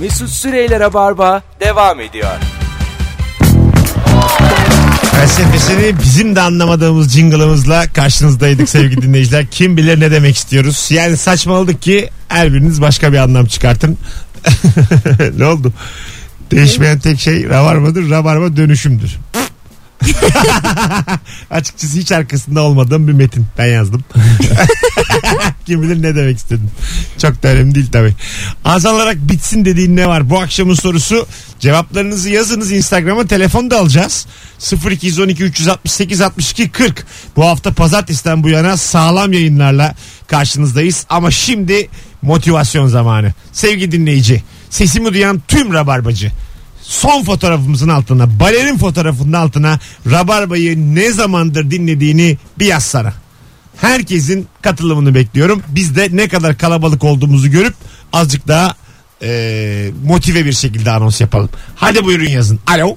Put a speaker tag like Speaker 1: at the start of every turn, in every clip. Speaker 1: Mesut Süreyler'e barba devam ediyor.
Speaker 2: Felsefesini bizim de anlamadığımız jingle'ımızla karşınızdaydık sevgili dinleyiciler. Kim bilir ne demek istiyoruz. Yani saçmaladık ki her biriniz başka bir anlam çıkartın. ne oldu? Değişmeyen tek şey rabarbadır. Rabarba dönüşümdür. Açıkçası hiç arkasında olmadığım bir metin. Ben yazdım. Kim bilir ne demek istedim. Çok da önemli değil tabii. Azalarak bitsin dediğin ne var? Bu akşamın sorusu cevaplarınızı yazınız Instagram'a telefon da alacağız. 0212 368 62 40 Bu hafta pazartesiden bu yana sağlam yayınlarla karşınızdayız. Ama şimdi motivasyon zamanı. Sevgili dinleyici sesimi duyan tüm rabarbacı son fotoğrafımızın altına balerin fotoğrafının altına Rabarba'yı ne zamandır dinlediğini bir yaz sana. Herkesin katılımını bekliyorum. Biz de ne kadar kalabalık olduğumuzu görüp azıcık daha e, motive bir şekilde anons yapalım. Hadi buyurun yazın. Alo.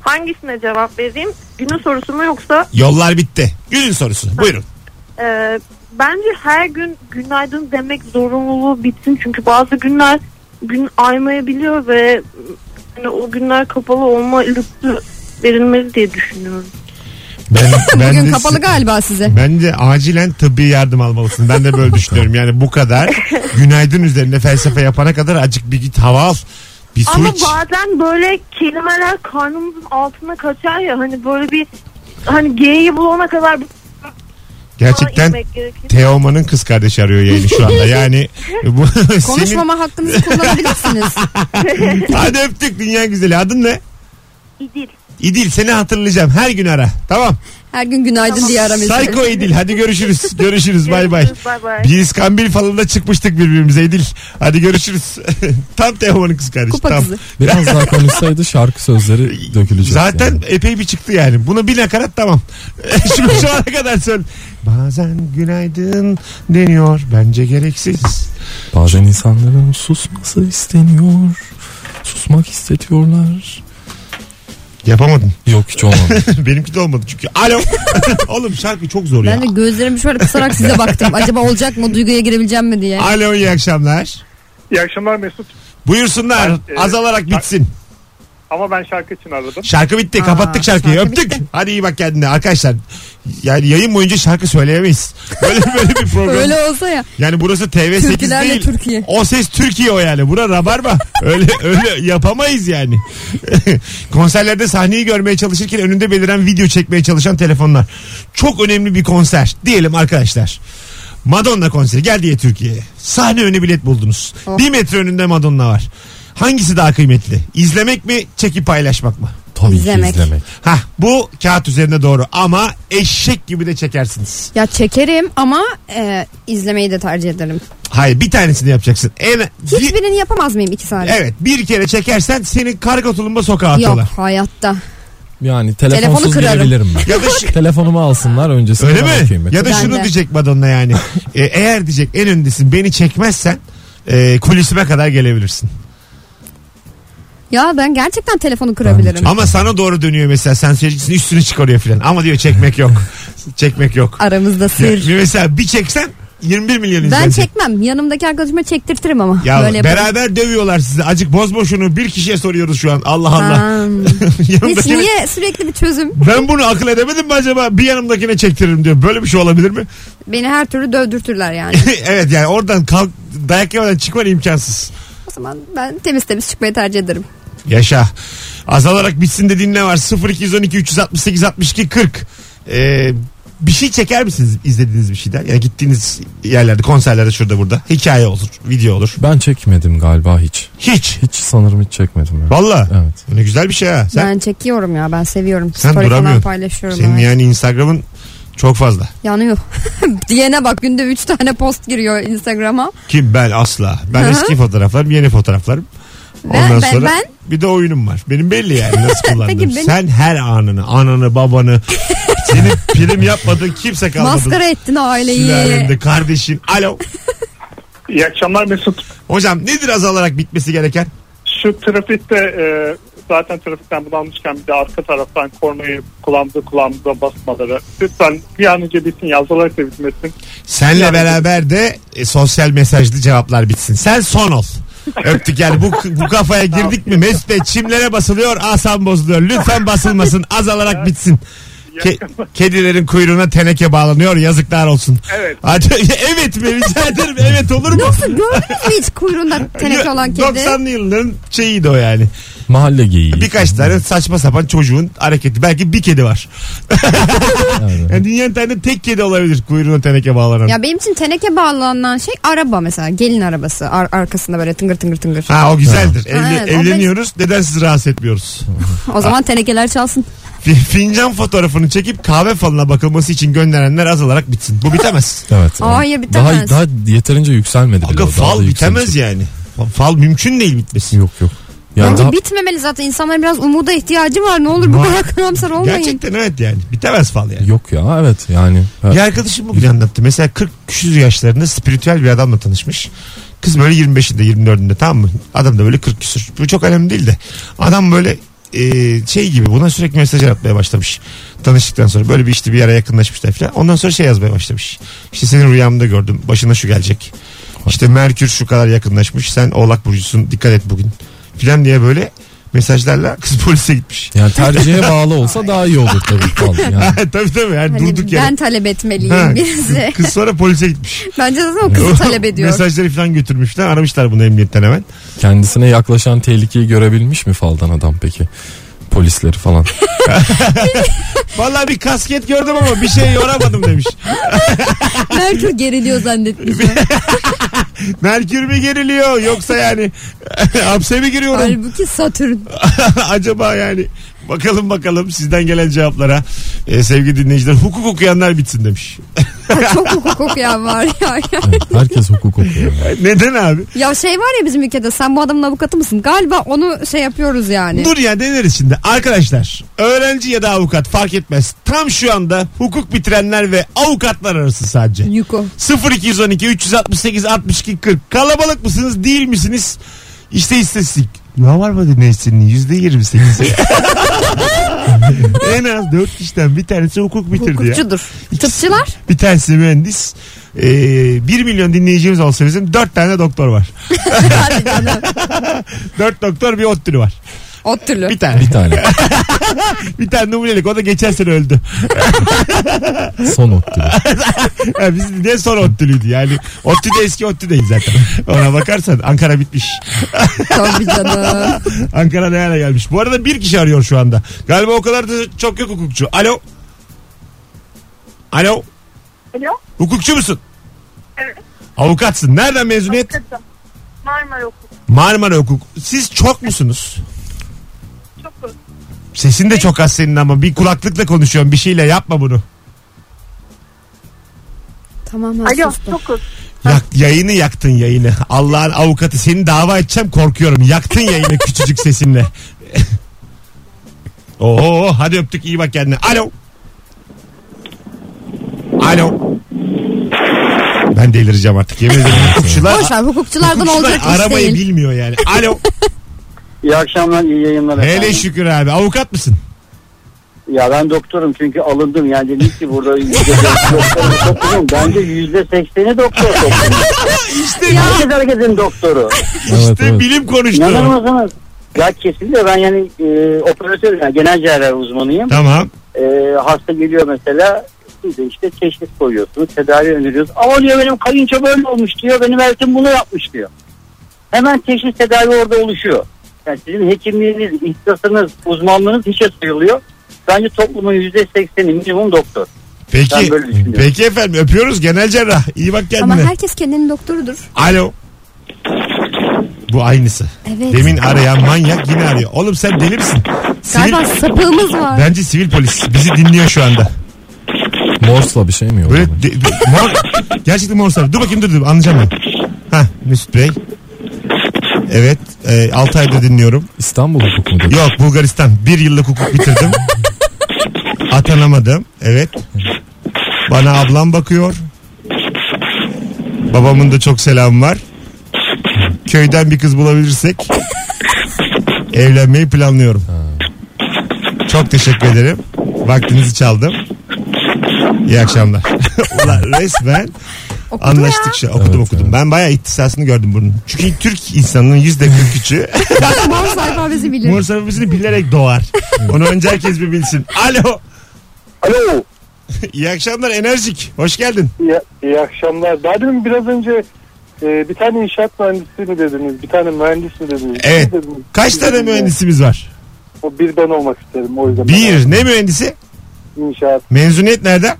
Speaker 3: Hangisine cevap vereyim? Günün sorusu mu yoksa
Speaker 2: Yollar bitti. Günün sorusu. Buyurun.
Speaker 3: e, bence her gün günaydın demek zorunluluğu bitsin. Çünkü bazı günler gün aymayabiliyor ve yani o günler kapalı olma lüksü verilmeli diye düşünüyorum.
Speaker 2: Ben,
Speaker 4: Bugün
Speaker 2: de-
Speaker 4: kapalı galiba size.
Speaker 2: Bence acilen tıbbi yardım almalısın. Ben de böyle düşünüyorum. Yani bu kadar günaydın üzerinde felsefe yapana kadar acık bir git hava al. Bir su
Speaker 3: Ama
Speaker 2: iç.
Speaker 3: bazen böyle kelimeler karnımızın altına kaçar ya hani böyle bir hani G'yi bulana kadar bir
Speaker 2: Gerçekten
Speaker 3: inmek gerekir.
Speaker 2: Teoman'ın kız kardeşi arıyor yayını şu anda. Yani bu senin...
Speaker 4: Konuşmama hakkınızı kullanabilirsiniz.
Speaker 2: Hadi öptük dünya güzeli. Adın ne?
Speaker 3: İdil.
Speaker 2: İdil seni hatırlayacağım. Her gün ara. Tamam.
Speaker 4: Her gün günaydın diye ara mesaj.
Speaker 2: Psycho İdil. Hadi görüşürüz. görüşürüz. Bay bay.
Speaker 3: Görüşürüz, bay bay.
Speaker 2: Bir iskambil falan da çıkmıştık birbirimize İdil. Hadi görüşürüz. Tam Teoman'ın kız kardeşi.
Speaker 4: Kupa
Speaker 2: Tam.
Speaker 4: kızı.
Speaker 5: Biraz daha konuşsaydı şarkı sözleri dökülecek.
Speaker 2: Zaten epey bir çıktı yani. Buna bir nakarat tamam. Şimdi şu ana kadar söyle. Bazen günaydın deniyor. Bence gereksiz.
Speaker 5: Bazen insanların susması isteniyor. Susmak istetiyorlar.
Speaker 2: Yapamadım.
Speaker 5: Yok hiç olmadı.
Speaker 2: Benimki de olmadı çünkü. Alo. Oğlum şarkı çok zor ya.
Speaker 4: Ben de gözlerimi şöyle kısarak size baktım. Acaba olacak mı? Duyguya girebileceğim mi diye.
Speaker 2: Alo iyi akşamlar.
Speaker 6: İyi akşamlar Mesut.
Speaker 2: Buyursunlar.
Speaker 6: Ben, e,
Speaker 2: Azalarak bitsin.
Speaker 6: Ama ben şarkı için aradım.
Speaker 2: Şarkı bitti.
Speaker 4: Aa,
Speaker 2: kapattık şarkıyı.
Speaker 4: şarkı
Speaker 2: Öptük.
Speaker 4: bitti.
Speaker 2: Hadi iyi bak kendine. Arkadaşlar yani yayın boyunca şarkı söyleyemeyiz. Böyle böyle bir program.
Speaker 4: Öyle olsa ya.
Speaker 2: Yani burası TV8
Speaker 4: Türkülerle
Speaker 2: değil.
Speaker 4: Türkiye.
Speaker 2: O ses Türkiye o yani. Bura rabarba. öyle öyle yapamayız yani. Konserlerde sahneyi görmeye çalışırken önünde beliren video çekmeye çalışan telefonlar. Çok önemli bir konser diyelim arkadaşlar. Madonna konseri geldi ya Türkiye'ye. Sahne önü bilet buldunuz.
Speaker 4: Oh.
Speaker 2: Bir metre önünde Madonna var. Hangisi daha kıymetli? İzlemek mi, çekip paylaşmak mı?
Speaker 5: Tabii
Speaker 4: İzlemek.
Speaker 5: ki izlemek.
Speaker 2: Hah bu kağıt üzerine doğru ama eşek gibi de çekersiniz.
Speaker 4: Ya çekerim ama e, izlemeyi de tercih ederim.
Speaker 2: Hayır bir tanesini yapacaksın. En, bir- E,
Speaker 4: Hiçbirini yapamaz mıyım iki saniye?
Speaker 2: Evet bir kere çekersen senin karga tulumba sokağa
Speaker 4: Yok
Speaker 2: atarlar.
Speaker 4: hayatta.
Speaker 5: Yani
Speaker 4: Telefonu
Speaker 5: telefonsuz
Speaker 4: kırarım.
Speaker 5: girebilirim ben.
Speaker 2: Ya da şu-
Speaker 5: Telefonumu alsınlar öncesinde.
Speaker 2: öyle
Speaker 5: bana
Speaker 2: mi?
Speaker 5: kıymet.
Speaker 2: Ya da
Speaker 4: Ben
Speaker 2: şunu
Speaker 4: de.
Speaker 2: diyecek Madonna yani. E, eğer diyecek en öndesin beni çekmezsen e, kulisime kadar gelebilirsin.
Speaker 4: Ya ben gerçekten telefonu kırabilirim.
Speaker 5: Ben
Speaker 2: Ama sana doğru dönüyor mesela sen seyircisinin üstünü çıkarıyor filan. Ama diyor çekmek yok. çekmek yok.
Speaker 4: Aramızda
Speaker 2: Ya,
Speaker 4: sır.
Speaker 2: mesela bir çeksen 21 milyon
Speaker 4: Ben
Speaker 2: izlenecek.
Speaker 4: çekmem. Yanımdaki arkadaşıma çektirtirim ama.
Speaker 2: Ya
Speaker 4: Böyle yaparım.
Speaker 2: beraber dövüyorlar sizi. Acık boz boşunu bir kişiye soruyoruz şu an. Allah Allah.
Speaker 4: Ha. Hiç
Speaker 2: Yanımdakine-
Speaker 4: niye sürekli bir çözüm?
Speaker 2: Ben bunu akıl edemedim mi acaba? Bir yanımdakine çektiririm diyor. Böyle bir şey olabilir mi?
Speaker 4: Beni her türlü dövdürtürler yani.
Speaker 2: evet yani oradan kalk dayak yemeden çıkman imkansız.
Speaker 4: o zaman ben temiz temiz çıkmayı tercih ederim.
Speaker 2: Yaşa. Azalarak bitsin dediğin ne var? 0212 368 62 40. Ee, bir şey çeker misiniz izlediğiniz bir şeyden? Yani gittiğiniz yerlerde, konserlerde şurada burada. Hikaye olur, video olur.
Speaker 5: Ben çekmedim galiba hiç.
Speaker 2: Hiç.
Speaker 5: Hiç sanırım hiç çekmedim. ben.
Speaker 2: Valla.
Speaker 5: Evet.
Speaker 2: Ne güzel bir şey ha. Sen,
Speaker 4: Ben çekiyorum ya ben seviyorum.
Speaker 2: Sen
Speaker 4: Story falan
Speaker 2: duramıyorsun.
Speaker 4: paylaşıyorum.
Speaker 2: senin
Speaker 4: evet.
Speaker 2: yani Instagram'ın çok fazla.
Speaker 4: Yanıyor. Diyene bak günde 3 tane post giriyor Instagram'a.
Speaker 2: Kim ben asla. Ben
Speaker 4: Hı hı.
Speaker 2: eski fotoğraflarım, yeni fotoğraflarım.
Speaker 4: Ben-
Speaker 2: Ondan
Speaker 4: ben-
Speaker 2: sonra
Speaker 4: ben-
Speaker 2: bir de oyunum var. Benim belli yani nasıl kullandığım.
Speaker 4: Peki benim-
Speaker 2: Sen her anını, ananı, babanı, senin prim yapmadığın kimse kalmadı.
Speaker 4: Maskara ettin aileyi.
Speaker 2: Sülalende kardeşin. Alo.
Speaker 6: İyi akşamlar Mesut.
Speaker 2: Hocam nedir azalarak bitmesi gereken?
Speaker 6: Şu trafikte e, zaten trafikten bulanmışken bir de arka taraftan kornayı kulağımıza kulağımıza basmaları. Lütfen bir an önce bitsin yazılarak da bitmesin.
Speaker 2: Senle
Speaker 6: Yani-
Speaker 2: beraber de e, sosyal mesajlı cevaplar bitsin. Sen son ol. Öptük yani bu, bu kafaya girdik mi Mesut Bey çimlere basılıyor asam bozuluyor. Lütfen basılmasın azalarak bitsin. Ke- kedilerin kuyruğuna teneke bağlanıyor yazıklar olsun.
Speaker 6: Evet.
Speaker 2: Hadi, evet mi rica ederim evet olur mu?
Speaker 4: Nasıl gördünüz mü hiç kuyruğunda teneke olan kedi?
Speaker 2: 90'lı yılların şeyiydi o yani.
Speaker 5: Mahalle geyiği.
Speaker 2: Birkaç tane saçma sapan çocuğun hareketi. Belki bir kedi var.
Speaker 5: Evet.
Speaker 2: Yani dünyanın tane tek kedi olabilir kuyruğuna teneke bağlanan.
Speaker 4: Ya benim için teneke bağlanan şey araba mesela. Gelin arabası. Ar- arkasında böyle tıngır tıngır tıngır.
Speaker 2: Ha o güzeldir.
Speaker 4: Ha,
Speaker 2: Evli-
Speaker 4: evet, o
Speaker 2: evleniyoruz. Neden sizi rahatsız etmiyoruz?
Speaker 4: O zaman tenekeler çalsın.
Speaker 2: Fi- Fincan fotoğrafını çekip kahve falına bakılması için gönderenler az olarak bitsin. Bu bitemez.
Speaker 5: Evet.
Speaker 4: Aa, hayır, bitemez.
Speaker 5: Daha, daha yeterince yükselmedi. bile
Speaker 2: Aga
Speaker 5: o, daha
Speaker 2: fal
Speaker 5: da
Speaker 2: bitemez
Speaker 5: yükselecek.
Speaker 2: yani. Fal mümkün değil bitmesi.
Speaker 5: Yok yok. Ya
Speaker 4: Bence
Speaker 5: daha-
Speaker 4: bitmemeli zaten. İnsanların biraz umuda ihtiyacı var. Ne olur bu
Speaker 2: Var.
Speaker 4: kadar karamsar olmayın.
Speaker 2: Gerçekten evet yani. Bitemez fal yani.
Speaker 5: Yok ya evet yani. Evet.
Speaker 2: Bir arkadaşım bugün anlattı. Mesela 40 küsur yaşlarında spiritüel bir adamla tanışmış. Kız böyle 25'inde 24'ünde tamam mı? Adam da böyle 40 küsur. Bu çok önemli değil de. Adam böyle e, şey gibi buna sürekli mesaj atmaya başlamış. Tanıştıktan sonra böyle bir işte bir yere yakınlaşmışlar falan. Ondan sonra şey yazmaya başlamış. İşte senin rüyamda gördüm. Başına şu gelecek. İşte Merkür şu kadar yakınlaşmış. Sen oğlak burcusun dikkat et bugün. Filan diye böyle mesajlarla kız polise gitmiş.
Speaker 5: Yani tercihe bağlı olsa daha iyi olur tabii fal. Yani.
Speaker 2: tabii tabii yani
Speaker 4: Hani
Speaker 2: durduk
Speaker 4: ben
Speaker 2: yere.
Speaker 4: talep
Speaker 2: Ha,
Speaker 4: etmeliyim birisi.
Speaker 2: Kız sonra polise gitmiş.
Speaker 4: Bence zaten o kızı talep ediyor.
Speaker 2: Mesajları falan götürmüşler. Aramışlar bunu emniyetten hemen.
Speaker 5: Kendisine yaklaşan tehlikeyi görebilmiş mi faldan adam peki? Polisleri falan.
Speaker 2: Vallahi bir kasket gördüm ama bir şey yoramadım demiş.
Speaker 4: Merkür geriliyor zannetmiş.
Speaker 2: Merkür mü geriliyor yoksa yani hapse mi giriyorum?
Speaker 4: Halbuki Satürn.
Speaker 2: Acaba yani bakalım bakalım sizden gelen cevaplara Ee, sevgili dinleyiciler hukuk okuyanlar bitsin demiş.
Speaker 4: Çok hukuk okuyan var ya.
Speaker 5: Herkes hukuk okuyor.
Speaker 2: Neden abi?
Speaker 4: ya şey var ya bizim ülkede sen bu adamın avukatı mısın? Galiba onu şey yapıyoruz yani.
Speaker 2: Dur ya deneriz şimdi. Arkadaşlar öğrenci ya da avukat fark etmez. Tam şu anda hukuk bitirenler ve avukatlar arası sadece.
Speaker 4: Yuko.
Speaker 2: 0212 368 62 40 kalabalık mısınız değil misiniz? İşte istatistik. Rabarba dinleyicinin yüzde yirmi en az dört kişiden bir tanesi hukuk bitirdi ya.
Speaker 4: Hukukçudur. Tıpçılar?
Speaker 2: Bir tanesi mühendis. Ee, 1 milyon dinleyicimiz olsa bizim dört tane doktor var.
Speaker 4: Hadi canım.
Speaker 2: Dört doktor bir ottülü var.
Speaker 4: O türlü.
Speaker 2: Bir tane.
Speaker 5: Bir tane.
Speaker 2: Bir tane numunelik o da geçen sene öldü.
Speaker 5: Son ot gibi.
Speaker 2: Ha, Biz ne sonra ottülüydü yani. Ottü de eski ottü değil zaten. Ona bakarsan Ankara bitmiş.
Speaker 4: Tabii canım.
Speaker 2: Ankara ne hale gelmiş. Bu arada bir kişi arıyor şu anda. Galiba o kadar da çok yok hukukçu. Alo. Alo.
Speaker 3: Alo.
Speaker 2: Hukukçu musun?
Speaker 3: Evet.
Speaker 2: Avukatsın. Nereden mezuniyet?
Speaker 3: Avukatım. Marmara Okulu.
Speaker 2: Marmara Hukuk. Siz çok musunuz?
Speaker 3: Çok özür
Speaker 2: Sesin de çok az senin ama bir kulaklıkla konuşuyorum. Bir şeyle yapma bunu.
Speaker 4: Tamam ben
Speaker 3: Alo
Speaker 4: sustum.
Speaker 3: çok özür
Speaker 2: Yak, yayını yaktın yayını. Allah'ın avukatı seni dava edeceğim korkuyorum. Yaktın yayını küçücük sesinle. Oo hadi öptük iyi bak kendine. Alo. Alo. Ben delireceğim artık. Yemin ederim hukukçular,
Speaker 4: Boş ver hukukçulardan
Speaker 2: hukukçular
Speaker 4: olacak iş
Speaker 2: aramayı
Speaker 4: değil.
Speaker 2: bilmiyor yani. Alo.
Speaker 7: İyi akşamlar, iyi yayınlar.
Speaker 2: Hele
Speaker 7: efendim.
Speaker 2: şükür abi. Avukat mısın?
Speaker 7: Ya ben doktorum çünkü alındım. Yani dedim ki burada yüzde beş doktorum, doktorum. Bence yüzde sekseni doktor doktorum.
Speaker 2: İşte,
Speaker 7: Herkes hareketin doktoru.
Speaker 5: Evet,
Speaker 2: işte
Speaker 5: evet.
Speaker 2: bilim
Speaker 7: İnanır
Speaker 2: konuştu.
Speaker 7: mısınız? Ya kesinlikle ben yani e, operatörüm, yani genel cerrah uzmanıyım.
Speaker 2: Tamam.
Speaker 7: E, hasta geliyor mesela, siz de işte teşhis koyuyorsunuz, tedavi öneriyoruz. Ama diyor benim kayınço böyle olmuş diyor, benim eltim bunu yapmış diyor. Hemen teşhis tedavi orada oluşuyor. Yani sizin hekimliğiniz, ihtisasınız, uzmanlığınız hiçe sayılıyor. Bence toplumun yüzde sekseni minimum doktor.
Speaker 2: Peki.
Speaker 7: Ben böyle düşünüyorum.
Speaker 2: Peki efendim öpüyoruz genel cerrah. İyi bak
Speaker 4: Ama
Speaker 2: kendine.
Speaker 4: herkes kendinin doktorudur.
Speaker 2: Alo. Bu aynısı.
Speaker 4: Evet.
Speaker 2: Demin arayan manyak yine arıyor. Oğlum sen deli misin? Sivil,
Speaker 4: Galiba sapığımız var.
Speaker 2: bence sivil polis bizi dinliyor şu anda.
Speaker 5: Morse'la bir şey mi
Speaker 2: Böyle
Speaker 5: yolladı?
Speaker 2: de- de- mor, gerçekten mor sarı. Dur bakayım dur dur anlayacağım ben. Ha Mesut Bey. Evet e, 6 ayda dinliyorum.
Speaker 5: İstanbul hukuk mu dedi?
Speaker 2: Yok Bulgaristan bir yıllık hukuk bitirdim. Atanamadım. Evet. Bana ablam bakıyor. Babamın da çok selamı var. Köyden bir kız bulabilirsek evlenmeyi planlıyorum. Çok teşekkür ederim. Vaktinizi çaldım. İyi akşamlar. Ulan resmen
Speaker 4: Okudu ya.
Speaker 2: Anlaştık şu. Okudum
Speaker 5: Evet,
Speaker 2: okudum.
Speaker 5: evet.
Speaker 2: Ben bayağı ihtisasını gördüm bunun. Çünkü Türk insanının yüzde 43'ü
Speaker 4: Morse alfabesi bilir.
Speaker 2: Morse alfabesini bilerek doğar. Onu önce herkes bir bilsin. Alo.
Speaker 6: Alo.
Speaker 2: İyi akşamlar enerjik. Hoş geldin.
Speaker 6: İyi, iyi akşamlar. Daha demin biraz önce e, bir tane inşaat mühendisi mi dediniz? Bir tane mühendis mi dediniz?
Speaker 2: Evet.
Speaker 6: Ne dediniz?
Speaker 2: Kaç
Speaker 6: Bir
Speaker 2: tane
Speaker 6: dedim ya.
Speaker 2: mühendisimiz var?
Speaker 6: O bir ben olmak isterim o yüzden.
Speaker 2: Bir. Ne mühendisi?
Speaker 6: İnşaat
Speaker 2: Mezuniyet nerede?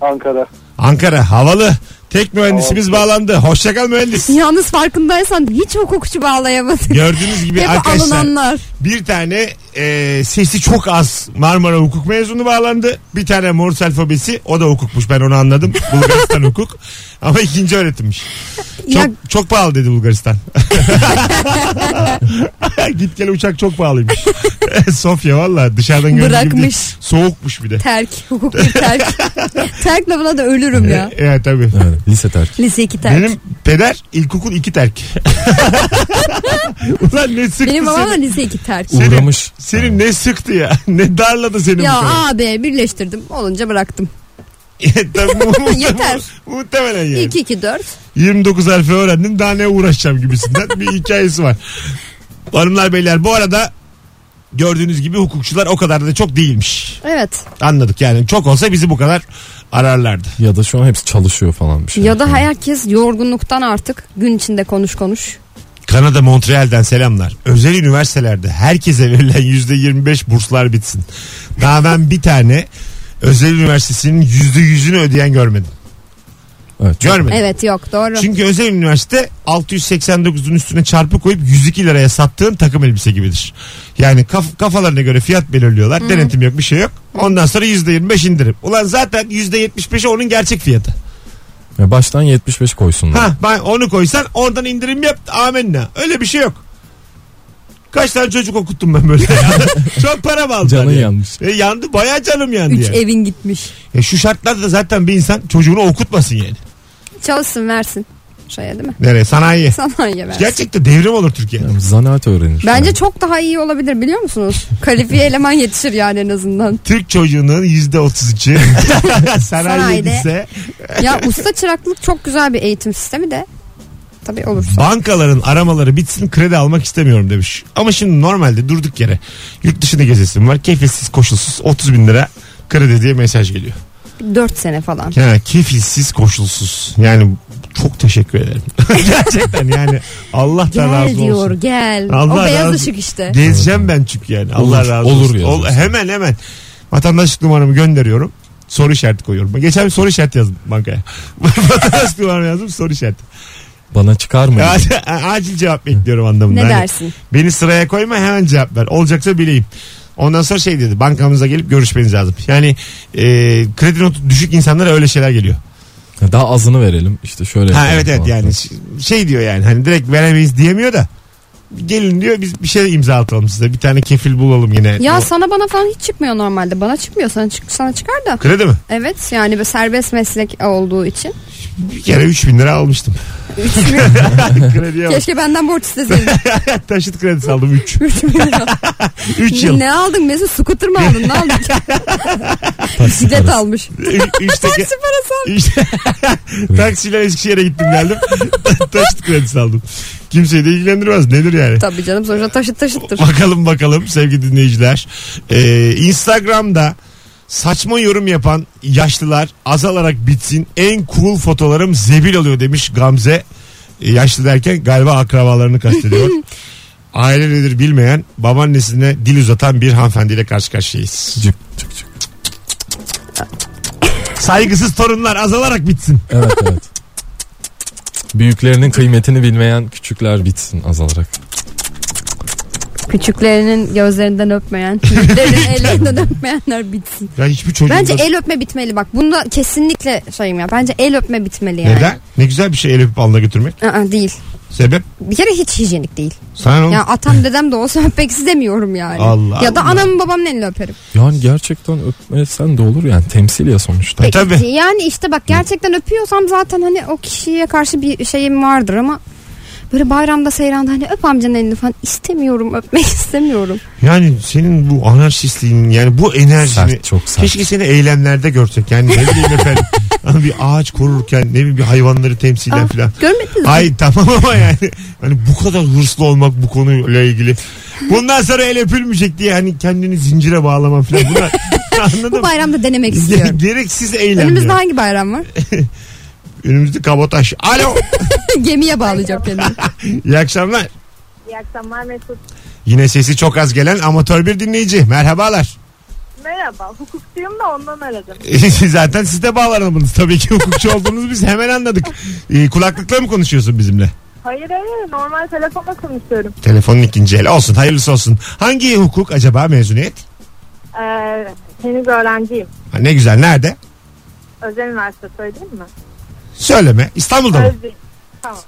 Speaker 6: Ankara.
Speaker 2: Ankara. Havalı. Tek mühendisimiz bağlandı. Hoşçakal mühendis.
Speaker 4: Yalnız farkındaysan hiç hukukçu bağlayamadık.
Speaker 2: Gördüğünüz gibi
Speaker 4: Hep
Speaker 2: arkadaşlar
Speaker 4: alınanlar.
Speaker 2: bir tane e, sesi çok az Marmara Hukuk mezunu bağlandı. Bir tane Morse alfabesi o da hukukmuş ben onu anladım. Bulgaristan hukuk ama ikinci öğretimmiş. Çok,
Speaker 4: Ya
Speaker 2: çok pahalı dedi Bulgaristan. Git gel uçak çok pahalıymış. Sofya valla dışarıdan gördüğüm gibi değil.
Speaker 4: Bırakmış.
Speaker 2: soğukmuş bir de.
Speaker 4: terk. Hukuk bir terk. terk lafına da ölürüm ya.
Speaker 2: E, evet tabii.
Speaker 5: Evet, lise terk.
Speaker 4: Lise 2 terk. Benim,
Speaker 2: Benim peder ilkokul iki terk. Ulan ne sıktı
Speaker 4: babam da
Speaker 2: seni.
Speaker 4: lise 2 terk.
Speaker 2: Senin-
Speaker 5: Uğramış.
Speaker 2: Seni ne sıktı ya. Ne darladı seni
Speaker 4: Ya
Speaker 2: bu şey? kadar.
Speaker 4: A, B birleştirdim. Olunca bıraktım.
Speaker 2: E, Tabii mu- mu-
Speaker 4: Yeter.
Speaker 2: mu- Muhtemelen yani.
Speaker 4: 2, 2, 4.
Speaker 2: 29 harfi öğrendim daha ne uğraşacağım gibisinden bir hikayesi var. Hanımlar beyler bu arada gördüğünüz gibi hukukçular o kadar da çok değilmiş.
Speaker 4: Evet.
Speaker 2: Anladık yani çok olsa bizi bu kadar ararlardı.
Speaker 5: Ya da şu an hepsi çalışıyor falan bir şey.
Speaker 4: Ya da herkes yorgunluktan artık gün içinde konuş konuş.
Speaker 2: Kanada Montreal'den selamlar. Özel üniversitelerde herkese verilen %25 burslar bitsin. Daha ben bir tane özel üniversitesinin %100'ünü ödeyen görmedim.
Speaker 5: Evet, çok-
Speaker 2: Görmedim.
Speaker 4: Evet yok doğru.
Speaker 2: Çünkü özel üniversite 689'un üstüne çarpı koyup 102 liraya sattığın takım elbise gibidir. Yani kaf- kafalarına göre fiyat belirliyorlar. Denetim yok bir şey yok. Ondan sonra %25 indirim. Ulan zaten %75'i onun gerçek fiyatı.
Speaker 5: Ya baştan 75 koysunlar.
Speaker 2: Ha ben onu koysan oradan indirim yap amenna. Öyle bir şey yok. Kaç tane çocuk okuttum ben böyle. Çok para mı aldılar
Speaker 5: Canın
Speaker 2: yani?
Speaker 5: yanmış.
Speaker 2: E, yandı bayağı canım yandı
Speaker 4: 3
Speaker 2: yani.
Speaker 4: evin gitmiş.
Speaker 2: E, şu şartlarda da zaten bir insan çocuğunu okutmasın yani.
Speaker 4: Çalışsın versin. Şeye değil mi?
Speaker 2: Nereye? Sanayiye.
Speaker 4: Sanayiye versin.
Speaker 2: Eh. Gerçekten devrim olur Türkiye'de.
Speaker 5: Yani zanaat öğrenir.
Speaker 4: Bence çok daha iyi olabilir biliyor musunuz? Kalifiye eleman yetişir yani en azından.
Speaker 2: Türk çocuğunun yüzde otuz iki sanayiye
Speaker 4: Sanayide.
Speaker 2: gitse
Speaker 4: Ya usta çıraklık çok güzel bir eğitim sistemi de. Tabii olursa.
Speaker 2: bankaların aramaları bitsin kredi almak istemiyorum demiş. Ama şimdi normalde durduk yere yurt dışında gezesim var kefilsiz koşulsuz 30 bin lira kredi diye mesaj geliyor.
Speaker 4: 4 sene falan.
Speaker 2: Yani kefilsiz koşulsuz yani çok teşekkür ederim. Gerçekten yani Allah da
Speaker 4: Gel
Speaker 2: razı
Speaker 4: diyor
Speaker 2: olsun.
Speaker 4: gel.
Speaker 2: Allah
Speaker 4: o beyaz
Speaker 2: razı-
Speaker 4: ışık işte.
Speaker 2: Gezeceğim ben çünkü yani Allah
Speaker 5: Olur,
Speaker 2: razı
Speaker 5: olur
Speaker 2: olsun.
Speaker 5: yazıyorsun.
Speaker 2: hemen hemen vatandaşlık numaramı gönderiyorum. Soru işareti koyuyorum. Geçen bir soru işareti yazdım bankaya. vatandaşlık numaramı yazdım soru işareti.
Speaker 5: Bana çıkar mı?
Speaker 2: Ya, acil cevap bekliyorum anlamında.
Speaker 4: Ne
Speaker 2: Hani
Speaker 4: dersin?
Speaker 2: Beni sıraya koyma hemen cevap ver. Olacaksa bileyim. Ondan sonra şey dedi bankamıza gelip görüşmeniz lazım. Yani e, kredi notu düşük insanlara öyle şeyler geliyor.
Speaker 5: Ya Daha azını verelim. İşte şöyle.
Speaker 2: Ha
Speaker 5: yapalım
Speaker 2: evet evet
Speaker 5: falan.
Speaker 2: yani ş- şey diyor yani hani direkt veremeyiz diyemiyor da gelin diyor biz bir şey imzalatalım size bir tane kefil bulalım yine.
Speaker 4: Ya
Speaker 2: O-
Speaker 4: sana bana falan hiç çıkmıyor normalde. Bana çıkmıyor sana, çık, sana çıkar da.
Speaker 2: Kredi mi?
Speaker 4: Evet yani bir serbest meslek olduğu için.
Speaker 2: Bir kere 3000 lira almıştım. Krediye bak.
Speaker 4: Keşke benden borç isteseydin.
Speaker 2: Taşıt kredisi aldım 3.
Speaker 4: Üç milyon.
Speaker 2: 3 yıl.
Speaker 4: ne aldın Mesut? Scooter mı aldın? Ne aldın?
Speaker 5: Taksi
Speaker 4: Bisiklet
Speaker 5: parası.
Speaker 4: almış.
Speaker 2: 3 teke...
Speaker 4: Taksi parası almış.
Speaker 2: İşte taksiyle Eskişehir'e gittim geldim. taşıt kredisi aldım. Kimseyi de ilgilendirmez. Nedir yani?
Speaker 4: Tabii canım sonuçta taşıt taşıttır.
Speaker 2: Bakalım bakalım sevgili dinleyiciler. Ee, Instagram'da saçma yorum yapan yaşlılar azalarak bitsin. En cool fotolarım zebil oluyor demiş Gamze. Ee, Yaşlı derken galiba akrabalarını kastediyor. Aile nedir bilmeyen babaannesine dil uzatan bir hanımefendiyle karşı karşıyayız.
Speaker 5: Cık cık cık.
Speaker 2: Saygısız torunlar azalarak bitsin.
Speaker 5: Evet evet. Büyüklerinin kıymetini bilmeyen küçükler bitsin azalarak.
Speaker 4: Küçüklerinin gözlerinden öpmeyen, büyüklerinin ellerinden öpmeyenler bitsin.
Speaker 2: Ya hiçbir çocuğun
Speaker 4: Bence
Speaker 2: da-
Speaker 4: el öpme bitmeli bak. Bunda kesinlikle şeyim ya. Bence el öpme bitmeli yani.
Speaker 2: Neden? Ne güzel bir şey el öpüp alnına götürmek.
Speaker 4: Aa, değil.
Speaker 2: Sebep?
Speaker 4: Bir kere hiç hijyenik değil.
Speaker 2: Sana ne oğlum?
Speaker 4: Ya atam dedem de olsa öpmek istemiyorum yani.
Speaker 2: Allah
Speaker 4: ya da
Speaker 2: Allah.
Speaker 4: anamın babamın elini öperim.
Speaker 5: Yani gerçekten öpmesen de olur yani temsil ya sonuçta.
Speaker 2: E, tabii.
Speaker 4: Yani işte bak gerçekten öpüyorsam zaten hani o kişiye karşı bir şeyim vardır ama böyle bayramda seyranda hani öp amcanın elini falan istemiyorum öpmek istemiyorum.
Speaker 2: Yani senin bu anarşistliğin yani bu enerjini
Speaker 5: Sert, çok sert.
Speaker 2: keşke seni eylemlerde görsek. Yani ne bileyim efendim Ama bir ağaç korurken ne bileyim bir hayvanları temsilen
Speaker 4: Aa,
Speaker 2: filan.
Speaker 4: Görmediniz mi?
Speaker 2: Ay tamam ama yani hani bu kadar hırslı olmak bu konuyla ilgili. Bundan sonra el öpülmeyecek diye hani kendini zincire bağlaman filan. Bunlar anladın
Speaker 4: Bu
Speaker 2: mı?
Speaker 4: bayramda denemek
Speaker 2: Ge-
Speaker 4: istiyorum.
Speaker 2: Gereksiz eylem.
Speaker 4: Önümüzde
Speaker 2: ya.
Speaker 4: hangi bayram var?
Speaker 2: Önümüzde kabotaj. Alo.
Speaker 4: Gemiye bağlayacağım kendimi.
Speaker 2: İyi akşamlar.
Speaker 3: İyi akşamlar Mesut.
Speaker 2: Yine sesi çok az gelen amatör bir dinleyici. Merhabalar.
Speaker 3: Merhaba. Hukukçuyum da ondan aradım.
Speaker 2: E, Zaten siz de bağlanımınız. Tabii ki hukukçu olduğunuzu biz hemen anladık. Ee, kulaklıkla mı konuşuyorsun bizimle?
Speaker 3: Hayır hayır normal telefonla konuşuyorum.
Speaker 2: Telefonun ikinci eli. Olsun hayırlısı olsun. Hangi hukuk acaba mezuniyet?
Speaker 3: Ee, henüz öğrenciyim.
Speaker 2: Ha, ne güzel. Nerede?
Speaker 3: Özel üniversite söyleyeyim mi?
Speaker 2: Söyleme. İstanbul'da mı?
Speaker 3: Özleyim.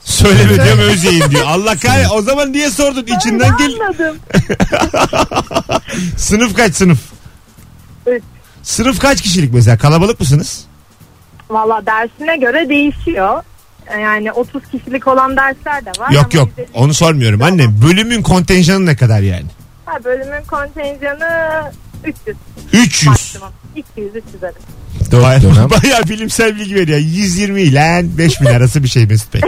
Speaker 2: Söyleme diyorum özeyim diyor. Allah kahret. O zaman niye sordun? İçinden gel.
Speaker 3: Anladım.
Speaker 2: Sınıf kaç sınıf?
Speaker 3: Üç.
Speaker 2: Sınıf kaç kişilik mesela? Kalabalık mısınız?
Speaker 3: Valla dersine göre değişiyor. Ee, Yani 30 kişilik olan dersler de var.
Speaker 2: Yok
Speaker 3: ama
Speaker 2: yok.
Speaker 3: biz de-
Speaker 2: Onu sormuyorum anne. Bölümün kontenjanı ne kadar yani?
Speaker 3: Ha, bölümün kontenjanı 300
Speaker 2: 300.
Speaker 3: maksimum. 200-300 arası.
Speaker 5: Dört dönem.
Speaker 2: Bayağı, bayağı bilimsel bilgi veriyor. 120 ile 5000 arası bir şey Mesut Bey.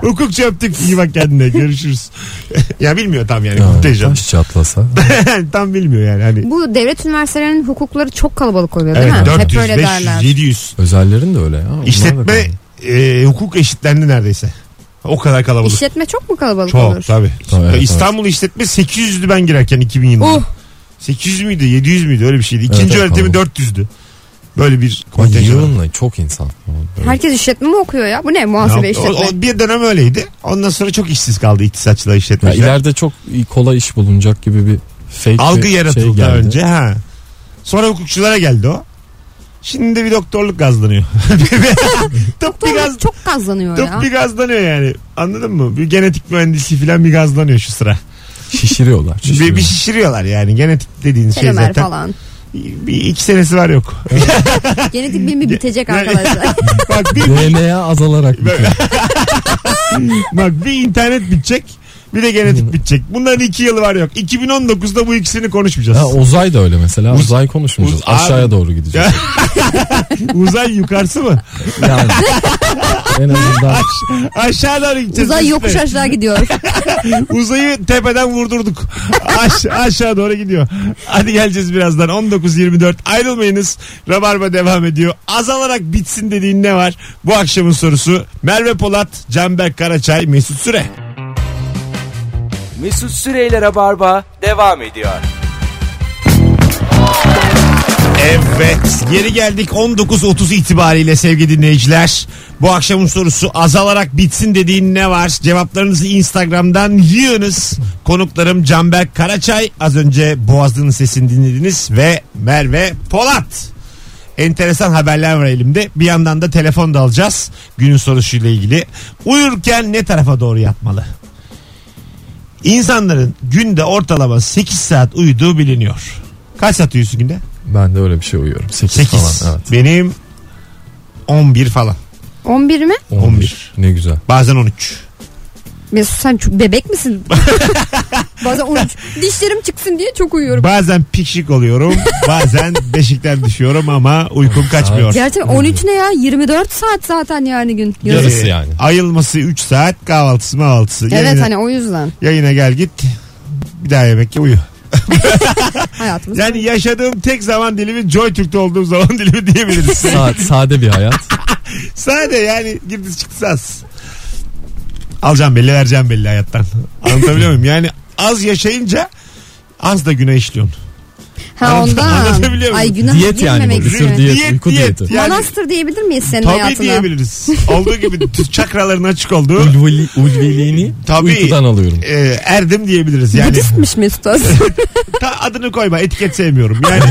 Speaker 2: Hukukçu öptük. İyi bak kendine. Görüşürüz. ya bilmiyor tam yani.
Speaker 5: Ya,
Speaker 2: kontenjan.
Speaker 5: taş çatlasa.
Speaker 2: tam bilmiyor yani. Hani,
Speaker 4: Bu devlet üniversitelerinin hukukları çok kalabalık oluyor değil
Speaker 2: evet,
Speaker 4: mi?
Speaker 2: 400,
Speaker 4: Hep öyle
Speaker 2: 500,
Speaker 4: derler.
Speaker 2: 700.
Speaker 5: Özellerin de öyle ya. Onlar da
Speaker 2: İşletme
Speaker 5: kalın.
Speaker 2: e, hukuk eşitlendi neredeyse. O kadar kalabalık.
Speaker 4: İşletme çok mu kalabalık olur?
Speaker 2: Çok tabii. E,
Speaker 5: Tabii, evet,
Speaker 2: İstanbul işletme 800'dü ben girerken 2000 yılında.
Speaker 4: Oh.
Speaker 2: 800 müydü 700 müydü öyle bir şeydi.
Speaker 5: Evet,
Speaker 2: İkinci
Speaker 5: evet,
Speaker 2: öğretimi
Speaker 5: kalabalık.
Speaker 2: 400'dü. Böyle bir
Speaker 5: Ama
Speaker 2: kontenjan. var.
Speaker 5: Yığınla çok insan. Böyle.
Speaker 4: Herkes işletme mi okuyor ya? Bu ne muhasebe
Speaker 2: Ne yaptı?
Speaker 4: işletme?
Speaker 2: O- o bir dönem öyleydi. Ondan sonra çok işsiz kaldı iktisatçılar
Speaker 5: Ya
Speaker 2: işletmeciler.
Speaker 5: ileride çok kolay iş bulunacak gibi bir fake bir
Speaker 2: Algı
Speaker 5: şey
Speaker 2: yaratıldı
Speaker 5: geldi.
Speaker 2: önce. Ha. Sonra hukukçulara geldi o. Şimdi de bir doktorluk gazlanıyor. Tıp bir gaz,
Speaker 4: Doktorluk çok gazlanıyor ya.
Speaker 2: tıp bir gazlanıyor yani. Anladın mı? Bir genetik mühendisi falan bir gazlanıyor şu sıra.
Speaker 5: Şişiriyorlar.
Speaker 2: Bir,
Speaker 5: şişiriyorlar.
Speaker 2: şey bir şişiriyorlar yani genetik dediğin şey
Speaker 4: Telomer
Speaker 2: zaten.
Speaker 4: falan.
Speaker 2: Bir iki senesi var yok.
Speaker 4: Genetik bilimi bitecek
Speaker 2: Yani-
Speaker 4: arkadaşlar.
Speaker 2: bak bir
Speaker 5: DNA azalarak bitiyor.
Speaker 2: bak bir internet bitecek. Bir de genetik bitecek. Bunların iki yılı var yok. 2019'da bu ikisini konuşmayacağız.
Speaker 5: Ha, Uzay da öyle mesela.
Speaker 2: Uz-
Speaker 5: uzay konuşmayacağız.
Speaker 2: Uz-
Speaker 5: Aşağıya
Speaker 2: Abi-
Speaker 5: doğru gideceğiz.
Speaker 2: Uzay yukarısı mı?
Speaker 5: Yani. en azından
Speaker 2: Aşağı doğru gideceğiz.
Speaker 4: Uzay
Speaker 2: Biz de.
Speaker 4: yokuş aşağı gidiyor.
Speaker 2: Uzayı tepeden vurdurduk. Aş- aşağı doğru gidiyor. Hadi geleceğiz birazdan. 19.24 ayrılmayınız. Rabarba devam ediyor. Azalarak bitsin dediğin ne var? Bu akşamın sorusu Merve Polat, Canberk Karaçay, Mesut Süre.
Speaker 1: Mesut Süreyler'e barba devam ediyor.
Speaker 2: Evet geri geldik 19.30 itibariyle sevgili dinleyiciler. Bu akşamın sorusu azalarak bitsin dediğin ne var? Cevaplarınızı Instagram'dan yığınız. Konuklarım Canberk Karaçay az önce Boğazlı'nın sesini dinlediniz ve Merve Polat. Enteresan haberler var elimde. Bir yandan da telefon da alacağız günün sorusuyla ilgili. Uyurken ne tarafa doğru yatmalı? İnsanların günde ortalama 8 saat uyuduğu biliniyor. Kaç saat uyuyorsun günde?
Speaker 5: ben de öyle bir şey uyuyorum. 8,
Speaker 2: 8.
Speaker 5: falan. Evet.
Speaker 2: Benim 11 falan.
Speaker 4: 11 mi?
Speaker 5: 11.
Speaker 2: 11.
Speaker 5: Ne güzel.
Speaker 2: Bazen 13.
Speaker 4: Mesut sen çok bebek misin? Bazen 13. Dişlerim çıksın diye çok uyuyorum.
Speaker 2: Bazen pikşik oluyorum. Bazen beşikten düşüyorum ama uykum kaçmıyor.
Speaker 4: Gerçekten 13 ne ya? 24 saat zaten yani gün.
Speaker 5: Ya-
Speaker 4: Yazık.
Speaker 5: Yarısı yani.
Speaker 2: Ee, Ayılması 3 saat kahvaltısı mahvaltısı.
Speaker 4: Evet
Speaker 2: yayına,
Speaker 4: hani o yüzden
Speaker 2: yayına gel git. Bir daha yemek ye uyu.
Speaker 4: hayatımız.
Speaker 2: Yani yaşadığım tek zaman dilimi Joy Türk'te olduğum zaman dilimi diyebiliriz.
Speaker 5: Sa- sade bir hayat.
Speaker 2: Sade yani girdi çıktı az. Alacağım belli vereceğim belli hayattan. Anlatabiliyor muyum? Yani az yaşayınca az da günah işliyorsun.
Speaker 4: Ha ondan.
Speaker 2: Anlatabiliyor muyum?
Speaker 4: Ay günah
Speaker 5: Diyet yani
Speaker 4: girmemek
Speaker 5: bu. Bir
Speaker 4: için.
Speaker 5: sürü diyet, uyku diyeti.
Speaker 2: Yani
Speaker 4: Manastır diyebilir miyiz senin
Speaker 2: tabii
Speaker 4: hayatına?
Speaker 2: diyebiliriz. Olduğu gibi t- çakraların açık olduğu
Speaker 5: Ulvili, ulviliğini
Speaker 2: Tabii.
Speaker 5: uykudan alıyorum.
Speaker 2: e, erdim diyebiliriz. Yani
Speaker 4: Budistmiş Mesut Öz.
Speaker 2: ta adını koyma etiket sevmiyorum. Yani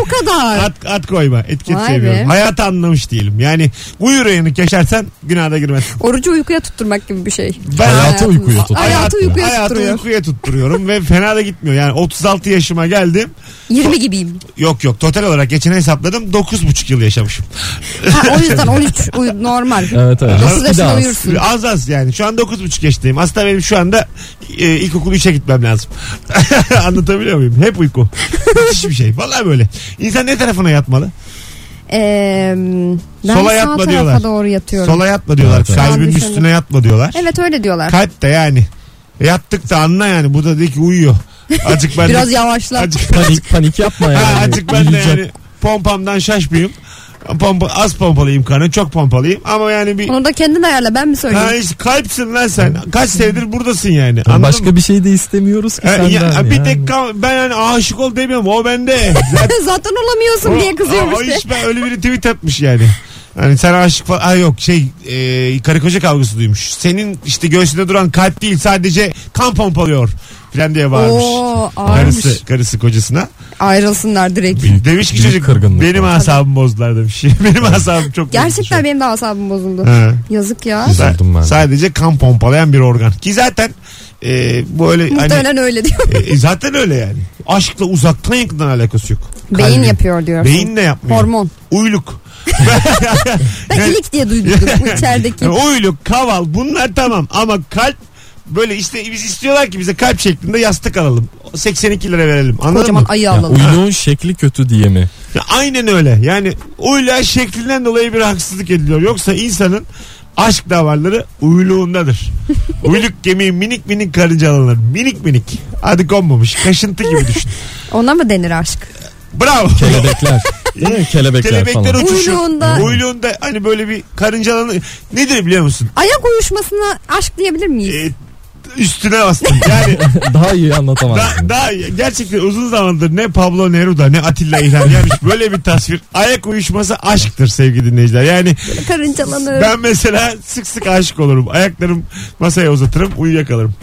Speaker 4: o kadar.
Speaker 2: at, at koyma etiket
Speaker 4: Vay
Speaker 2: sevmiyorum.
Speaker 4: be.
Speaker 2: Hayatı anlamış diyelim. Yani uyur uyanık yaşarsan günaha da girmez.
Speaker 4: Orucu uykuya tutturmak gibi bir şey.
Speaker 2: Ben
Speaker 5: Hayatı
Speaker 4: Hayatımız-
Speaker 5: uykuya tutturuyor.
Speaker 4: Hayatı uykuya
Speaker 2: hayatı
Speaker 4: tutturuyor.
Speaker 2: uykuya tutturuyorum ve fena da gitmiyor. Yani 36 yaşıma geldim.
Speaker 4: 20 gibiyim.
Speaker 2: Yok yok total olarak geçen hesapladım 9,5 yıl yaşamışım.
Speaker 4: Ha, o yüzden 13 uy- normal.
Speaker 5: Evet evet.
Speaker 4: Nasıl
Speaker 5: Bir daha
Speaker 4: yaşında
Speaker 5: az.
Speaker 4: uyursun?
Speaker 2: Az az yani. Şu an 9.5 yaşındayım. Aslında benim şu anda e, ilkokul 3'e gitmem lazım. Anlatabiliyor muyum? Hep uyku. Müthiş bir şey. Vallahi böyle. İnsan ne tarafına yatmalı?
Speaker 4: Ee, ben
Speaker 2: Sola
Speaker 4: sağ
Speaker 2: yatma
Speaker 4: tarafa
Speaker 2: diyorlar.
Speaker 4: doğru yatıyorum.
Speaker 2: Sola yatma diyorlar.
Speaker 5: Evet, evet.
Speaker 2: Kalbinin
Speaker 4: Yanlış
Speaker 2: üstüne
Speaker 4: anladım.
Speaker 2: yatma diyorlar.
Speaker 4: Evet öyle diyorlar.
Speaker 2: Kalp de yani. Yattık da anla yani. Bu da de ki uyuyor. Acık ben de-
Speaker 4: Biraz yavaşla.
Speaker 2: Acık,
Speaker 5: Panik panik yapma yani.
Speaker 2: ha, acık ben de
Speaker 5: Yiyecek.
Speaker 2: yani pompamdan şaşmayayım. Pompa, az pompalayayım kanı. Çok pompalayayım. Ama yani bir...
Speaker 4: Onu da kendin ayarla ben mi
Speaker 2: Ha,
Speaker 4: söyleyeyim?
Speaker 2: işte kalpsin lan sen. Kaç senedir buradasın yani.
Speaker 5: Yani
Speaker 2: Anladın
Speaker 5: başka
Speaker 2: mı?
Speaker 5: bir şey de istemiyoruz ki
Speaker 2: Ha,
Speaker 5: senden.
Speaker 2: ya, bir
Speaker 5: yani.
Speaker 2: tek kal- ben yani aşık ol demiyorum o bende. Zaten
Speaker 4: Zaten olamıyorsun diye
Speaker 2: O, o
Speaker 4: kızıyormuş. de.
Speaker 2: iş ben öyle biri tweet atmış yani. Hani sen aşık falan Ay yok şey e, karı koca kavgası duymuş. Senin işte göğsünde duran kalp değil sadece kan pompalıyor filan diye bağırmış.
Speaker 4: Oo, ağırmış.
Speaker 2: karısı, karısı kocasına.
Speaker 4: Ayrılsınlar direkt.
Speaker 2: Demiş ki
Speaker 5: büyük
Speaker 2: çocuk
Speaker 5: kırgınlık
Speaker 2: benim
Speaker 5: var."
Speaker 2: asabımı bozdular demiş. benim asabım çok
Speaker 4: Gerçekten
Speaker 2: bozulmuş.
Speaker 4: benim de asabım bozuldu.
Speaker 2: Ha.
Speaker 4: Yazık ya.
Speaker 5: Güzel. Üzüldüm ben de.
Speaker 2: Sadece kan pompalayan bir organ. Ki zaten e, bu öyle hani,
Speaker 4: Muhtemelen öyle diyor.
Speaker 2: E, zaten öyle yani. Aşkla uzaktan yakından alakası yok.
Speaker 4: Beyin
Speaker 2: Kalbin.
Speaker 4: yapıyor diyor.
Speaker 2: Beyin ne yapmıyor?
Speaker 4: Hormon.
Speaker 2: Uyluk.
Speaker 4: Ben ilik diye duydum bu içerideki.
Speaker 2: Yani e, uyluk, kaval bunlar tamam ama kalp böyle işte biz istiyorlar ki bize kalp şeklinde yastık alalım. 82 lira verelim. Anladın
Speaker 4: Kocaman
Speaker 2: mı?
Speaker 4: ayı
Speaker 5: Ya,
Speaker 4: alalım.
Speaker 5: uyluğun şekli kötü diye mi?
Speaker 2: Ya Aynen öyle. Yani uyluğa şeklinden dolayı bir haksızlık ediliyor. Yoksa insanın aşk davaları uyluğundadır. uyluk gemiyi minik minik karınca alınır. Minik minik. Hadi konmamış. Kaşıntı gibi düşün.
Speaker 4: Ona mı denir aşk?
Speaker 2: Bravo.
Speaker 5: Kelebekler. Değil mi? Kelebekler,
Speaker 2: Kelebekler
Speaker 5: falan.
Speaker 2: uçuşu.
Speaker 4: Uyluğunda.
Speaker 2: Uyluğunda hani böyle bir karıncalanı nedir biliyor musun?
Speaker 4: Ayak uyuşmasına aşk diyebilir miyiz?
Speaker 2: Ee, üstüne bastım. Yani
Speaker 5: Daha iyi anlatamazsın.
Speaker 2: da, daha gerçekten uzun zamandır ne Pablo Neruda ne Atilla İlhan gelmiş böyle bir tasvir. Ayak uyuşması aşktır sevgili dinleyiciler. Yani
Speaker 4: Karıncalanır.
Speaker 2: ben mesela sık sık aşık olurum. Ayaklarım masaya uzatırım uyuyakalırım.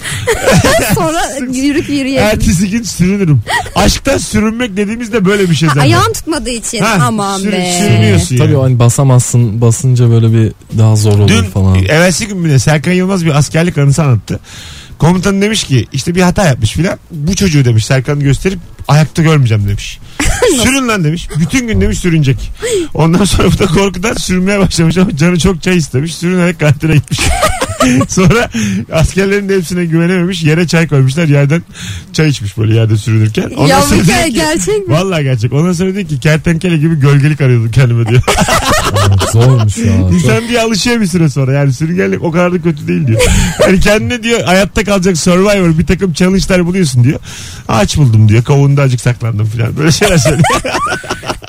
Speaker 4: Sonra yürük yürüyelim.
Speaker 2: Ertesi gün sürünürüm. Aşktan sürünmek dediğimiz de böyle bir şey zaten.
Speaker 4: Ayağın tutmadığı için
Speaker 2: Ha,
Speaker 4: aman
Speaker 2: sürü-
Speaker 4: be.
Speaker 2: Sürünüyorsun yani.
Speaker 5: Tabii o hani basamazsın basınca böyle bir daha zor olur
Speaker 2: Dün
Speaker 5: falan.
Speaker 2: evvelsi gün bile Serkan Yılmaz bir askerlik anısı anlattı. Komutan demiş ki işte bir hata yapmış filan. Bu çocuğu demiş Serkan'ı gösterip ayakta görmeyeceğim demiş. Sürün lan demiş. Bütün gün demiş sürünecek. Ondan sonra bu da korkudan sürmeye başlamış ama canı çok çay istemiş. Sürünerek kantine gitmiş. sonra askerlerin de hepsine güvenememiş. Yere çay koymuşlar. Yerden çay içmiş böyle yerde sürünürken. Ondan
Speaker 4: Ya bu
Speaker 2: sonra diyor
Speaker 4: hikaye
Speaker 2: ki-
Speaker 4: gerçek mi?
Speaker 2: Vallahi gerçek. Ondan sonra diyor ki kertenkele gibi gölgelik arıyordum kendime diyor.
Speaker 5: Evet, zormuş ya. Çok-
Speaker 2: İnsan diye alışıyor bir süre sonra. Yani sürüngenlik o kadar da kötü değil diyor. Yani kendine diyor hayatta kalacak survivor bir takım challenge'lar buluyorsun diyor. Ağaç buldum diyor. Kavunda acık saklandım falan. Böyle şeyler söylüyor.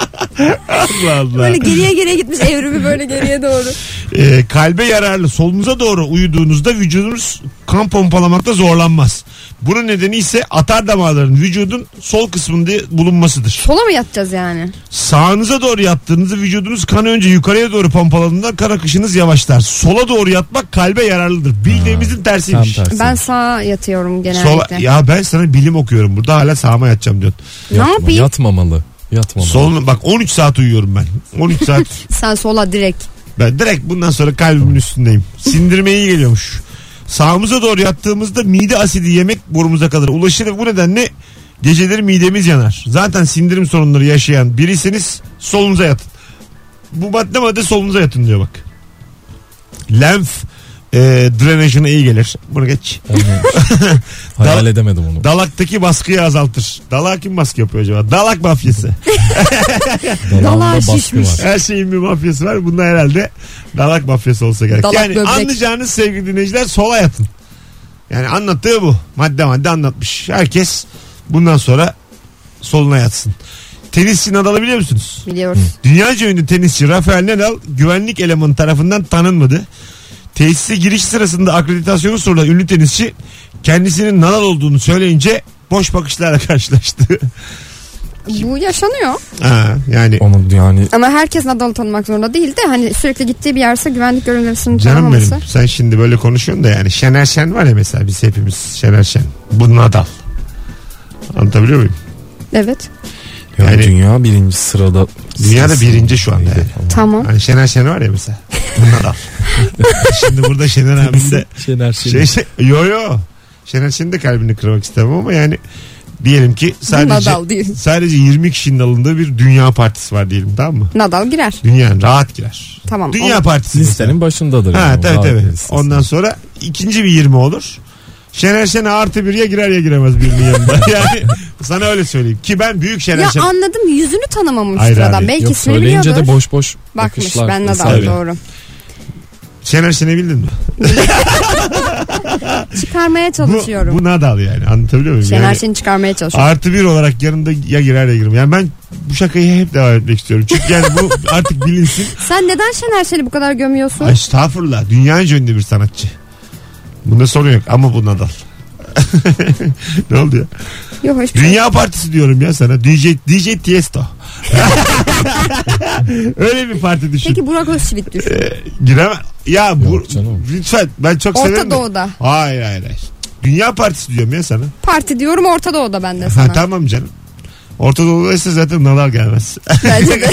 Speaker 2: Allah Allah.
Speaker 4: Böyle geriye geriye gitmiş evrimi böyle geriye doğru.
Speaker 2: Ee, kalbe yararlı solunuza doğru uyuduğunuzda vücudunuz kan pompalamakta zorlanmaz. Bunun nedeni ise atar damarların vücudun sol kısmında bulunmasıdır.
Speaker 4: Sola mı yatacağız yani?
Speaker 2: Sağınıza doğru yattığınızda vücudunuz kanı önce yukarıya doğru pompaladığında kan akışınız yavaşlar. Sola doğru yatmak kalbe yararlıdır. Bildiğimizin
Speaker 5: Tam
Speaker 2: tersiymiş.
Speaker 5: tersi.
Speaker 4: Ben sağa yatıyorum
Speaker 2: Sola,
Speaker 4: genellikle.
Speaker 2: ya ben sana bilim okuyorum burada hala sağıma yatacağım diyorsun.
Speaker 4: Ne
Speaker 5: Yatma,
Speaker 4: yapayım?
Speaker 5: yatmamalı. Yatmamalı.
Speaker 2: Solun bak 13 saat uyuyorum ben. 13 saat
Speaker 4: Sen sola direkt.
Speaker 2: ben direkt bundan sonra kalbimin üstündeyim. Sindirmeye iyi geliyormuş. Sağımıza doğru yattığımızda mide asidi yemek borumuza kadar ulaşır ve bu nedenle geceleri midemiz yanar. Zaten sindirim sorunları yaşayan birisiniz solunuza yatın. Bu madde madde solunuza yatın diyor bak. Lenf e, drenajına iyi gelir. Bunu geç.
Speaker 5: Yani- Hayal edemedim onu.
Speaker 2: Dalaktaki baskıyı azaltır. Dalak kim baskı yapıyor acaba? Dalak mafyası.
Speaker 5: Dalağımda
Speaker 4: Dalağı
Speaker 5: baskı
Speaker 4: şişmiş.
Speaker 5: var.
Speaker 2: Her şeyin bir mafyası var. Bunda herhalde dalak mafyası olsa gerek.
Speaker 4: Dalak
Speaker 2: yani
Speaker 4: böbrek.
Speaker 2: anlayacağınız sevgili dinleyiciler sola yatın. Yani anlattığı bu. Madde madde anlatmış. Herkes bundan sonra soluna yatsın. Tenisçi Nadal'ı biliyor musunuz?
Speaker 4: Biliyoruz.
Speaker 2: Dünyaca ünlü tenisçi Rafael Nadal güvenlik elemanı tarafından tanınmadı. Tesise giriş sırasında akreditasyonu sorulan ünlü tenisçi kendisinin Nadal olduğunu söyleyince boş bakışlarla karşılaştı.
Speaker 4: Bu yaşanıyor.
Speaker 2: ha, yani
Speaker 5: Onu yani
Speaker 4: Ama herkes Nadal'ı tanımak zorunda değil de hani sürekli gittiği bir yerse güvenlik görevlisinin
Speaker 2: Canım
Speaker 4: tanımaması.
Speaker 2: benim sen şimdi böyle konuşuyorsun da yani Şener Şen var ya mesela biz hepimiz Şener Şen. Bu Nadal. Anlatabiliyor muyum?
Speaker 4: Evet.
Speaker 5: Yani,
Speaker 2: Yani-
Speaker 5: dünya birinci sırada.
Speaker 2: Dünyada
Speaker 5: sırasında
Speaker 2: birinci şu anda
Speaker 5: mıydı
Speaker 2: yani.
Speaker 5: falan.
Speaker 4: Tamam.
Speaker 2: Hani Şener Şen var ya mesela. Bu Nadal. şimdi burada Şener abim de
Speaker 5: Şener
Speaker 2: şey,
Speaker 5: Şener.
Speaker 2: şey, yo yo. Şener Şen'in de kalbini kırmak istemem ama yani diyelim ki sadece
Speaker 4: Nadal değil.
Speaker 2: sadece 20 kişinin alındığı bir dünya partisi var diyelim tamam mı?
Speaker 4: Nadal girer.
Speaker 2: Dünya rahat girer.
Speaker 4: Tamam.
Speaker 2: Dünya partisi. mesela.
Speaker 5: Listenin başındadır.
Speaker 2: Ha
Speaker 5: yani.
Speaker 2: tabii
Speaker 5: Daha
Speaker 2: tabii.
Speaker 5: listesi.
Speaker 2: Ondan sonra ikinci bir 20 olur. Şener Şen artı bir ya girer ya giremez birinin yanında. Yani sana öyle söyleyeyim. Ki ben büyük Şener
Speaker 4: Ya
Speaker 2: Şen.
Speaker 4: anladım yüzünü tanımamış
Speaker 2: Hayır
Speaker 4: sıradan.
Speaker 2: abi,
Speaker 4: Belki
Speaker 5: Yok
Speaker 4: ismini
Speaker 5: söyleyince
Speaker 4: E, biliyordur.
Speaker 5: de boş boş
Speaker 4: Bakmış
Speaker 5: bakışlar.
Speaker 4: ben
Speaker 5: vesaire.
Speaker 4: adam doğru.
Speaker 2: Şener Şen'i bildin mi?
Speaker 4: Çıkarmaya
Speaker 2: Bu,
Speaker 4: çalışıyorum.
Speaker 2: bu Nadal yani anlatabiliyor muyum?
Speaker 4: Şener
Speaker 2: Yani
Speaker 4: Şen'i çıkarmaya çalışıyorum.
Speaker 2: Artı bir olarak yanında ya girer ya girmez. Yani ben bu şakayı hep devam etmek istiyorum. Çünkü yani bu artık bilinsin.
Speaker 4: Sen neden Şener Şen'i bu kadar gömüyorsun?
Speaker 2: Ah. Ay, Estağfurullah. Dünyaca ünlü bir sanatçı. Bunda sorun yok ama bu Nadal. ne oldu ya?
Speaker 4: Yok hiçbir şey.
Speaker 2: Dünya partisi diyorum ya sana. DJ, DJ Tiesto. Öyle bir parti düşün.
Speaker 4: Peki Burak Özçivit düşün.
Speaker 2: Ee, giremem. Ya bu,
Speaker 5: Yok canım.
Speaker 2: lütfen ben çok
Speaker 4: Orta
Speaker 2: severim. de.
Speaker 4: Doğu'da.
Speaker 2: Hayır hayır hayır. Dünya partisi diyorum ya sana.
Speaker 4: Parti diyorum Orta Doğu'da ben de
Speaker 2: Ha,
Speaker 4: sana.
Speaker 2: tamam canım. Orta Doğu'daysa zaten nalar gelmez.
Speaker 4: Bence de.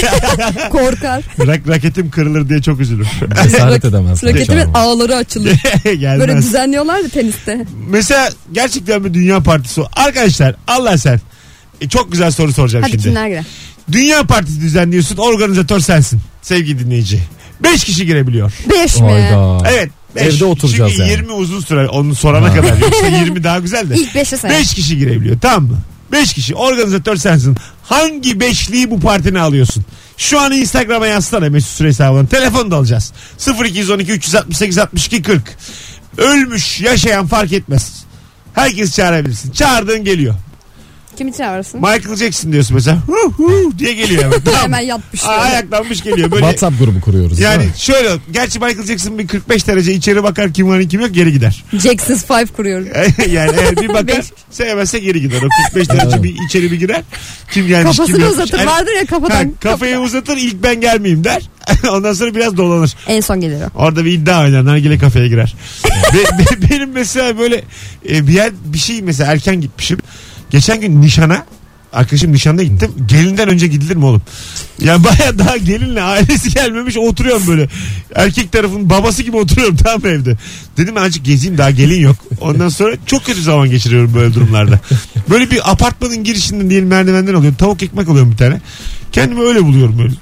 Speaker 4: Korkar.
Speaker 2: Rak, raketim kırılır diye çok üzülür.
Speaker 5: Cesaret edemez.
Speaker 4: Raketimin
Speaker 5: Kaçamam.
Speaker 4: ağları açılır.
Speaker 2: Gelmez.
Speaker 4: Böyle düzenliyorlardı teniste.
Speaker 2: Mesela gerçekten bir dünya partisi. o. Arkadaşlar Allah sen. E, çok güzel soru soracağım
Speaker 4: Hadi
Speaker 2: şimdi.
Speaker 4: kimler girer?
Speaker 2: Dünya partisi düzenliyorsun. Organizatör sensin. Sevgili dinleyici. 5 kişi girebiliyor.
Speaker 4: Beş mi?
Speaker 5: Hayda.
Speaker 2: Evet. beş.
Speaker 5: Evde oturacağız
Speaker 2: Çünkü
Speaker 5: yani.
Speaker 2: 20 uzun süre onu sorana
Speaker 5: Ha.
Speaker 2: kadar. Yoksa 20 daha güzel de.
Speaker 4: İlk beşe sayın.
Speaker 2: 5 kişi girebiliyor tamam mı? 5 kişi organizatör sensin. Hangi beşliği bu partine alıyorsun? Şu an Instagram'a yazsana Mesut Süre hesabına. Telefon da alacağız. 0212 368 62 40. Ölmüş yaşayan fark etmez. Herkes çağırabilirsin. Çağırdığın geliyor.
Speaker 4: Kimi çağırırsın?
Speaker 2: Michael Jackson diyorsun mesela. Hu hu diye geliyor hemen. Tamam.
Speaker 4: Hemen yapmış.
Speaker 2: Aa, ayaklanmış geliyor. Böyle
Speaker 5: WhatsApp grubu kuruyoruz.
Speaker 2: yani
Speaker 5: Yani
Speaker 2: şöyle gerçi Michael Jackson bir 45 derece içeri bakar kim var kim yok geri gider.
Speaker 4: Jackson's Five kuruyorum.
Speaker 2: yani eğer bir bakar sevmezse geri gider. O 45 derece bir içeri bir girer. Kim gelmiş kim
Speaker 4: Kafasını
Speaker 2: yokmuş.
Speaker 4: uzatır
Speaker 2: Yani,
Speaker 4: vardır ya
Speaker 2: ha,
Speaker 4: kafadan.
Speaker 2: kafayı uzatır ilk ben gelmeyeyim der. Ondan sonra biraz dolanır.
Speaker 4: En son gelir o.
Speaker 2: Orada bir iddia oynar. Nargile kafeye girer. Be- be- benim mesela böyle e, bir yer bir şey mesela erken gitmişim. Geçen gün nişana Arkadaşım nişanda gittim. Gelinden önce gidilir mi oğlum? Yani baya daha gelinle ailesi gelmemiş oturuyorum böyle. Erkek tarafın babası gibi oturuyorum tam evde. Dedim ben azıcık gezeyim daha gelin yok. Ondan sonra çok kötü zaman geçiriyorum böyle durumlarda. Böyle bir apartmanın girişinden diyelim merdivenden alıyorum. Tavuk ekmek alıyorum bir tane. Kendimi öyle buluyorum böyle.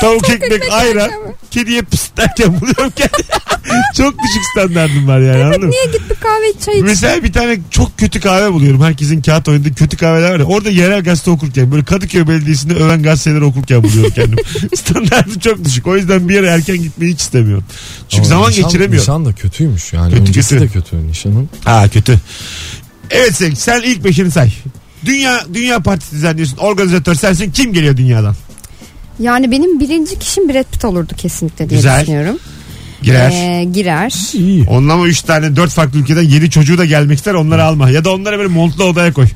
Speaker 2: Tavuk ekmek ayran. Kediye pıst derken buluyorum kendimi. çok düşük standartım var yani anladın mı?
Speaker 4: Niye git bir kahve iç çay iç.
Speaker 2: Mesela bir tane çok kötü kahve buluyorum. Herkesin kağıt oynadığı kötü kahveler var ya. Orada yerel gazete okurken böyle Kadıköy Belediyesi'nde öven gazeteleri okurken buluyorum kendim. Standartım çok düşük. O yüzden bir yere erken gitmeyi hiç istemiyorum. Çünkü zaman geçiremiyorum.
Speaker 5: Nişan da kötüymüş yani.
Speaker 2: Kötü,
Speaker 5: Öncesi
Speaker 2: kötü.
Speaker 5: de kötü nişanın.
Speaker 2: Ha kötü. Evet sen, sen ilk beşini say. Dünya Dünya Partisi düzenliyorsun. Organizatör sensin. Kim geliyor dünyadan?
Speaker 4: Yani benim birinci kişim Brad Pitt olurdu kesinlikle diye
Speaker 2: Güzel.
Speaker 4: düşünüyorum.
Speaker 2: Girer.
Speaker 4: Ee, girer.
Speaker 5: İyi.
Speaker 2: Onunla mı 3 tane 4 farklı ülkeden yeni çocuğu da gelmek ister onları alma. Ya da onları böyle montlu odaya koy.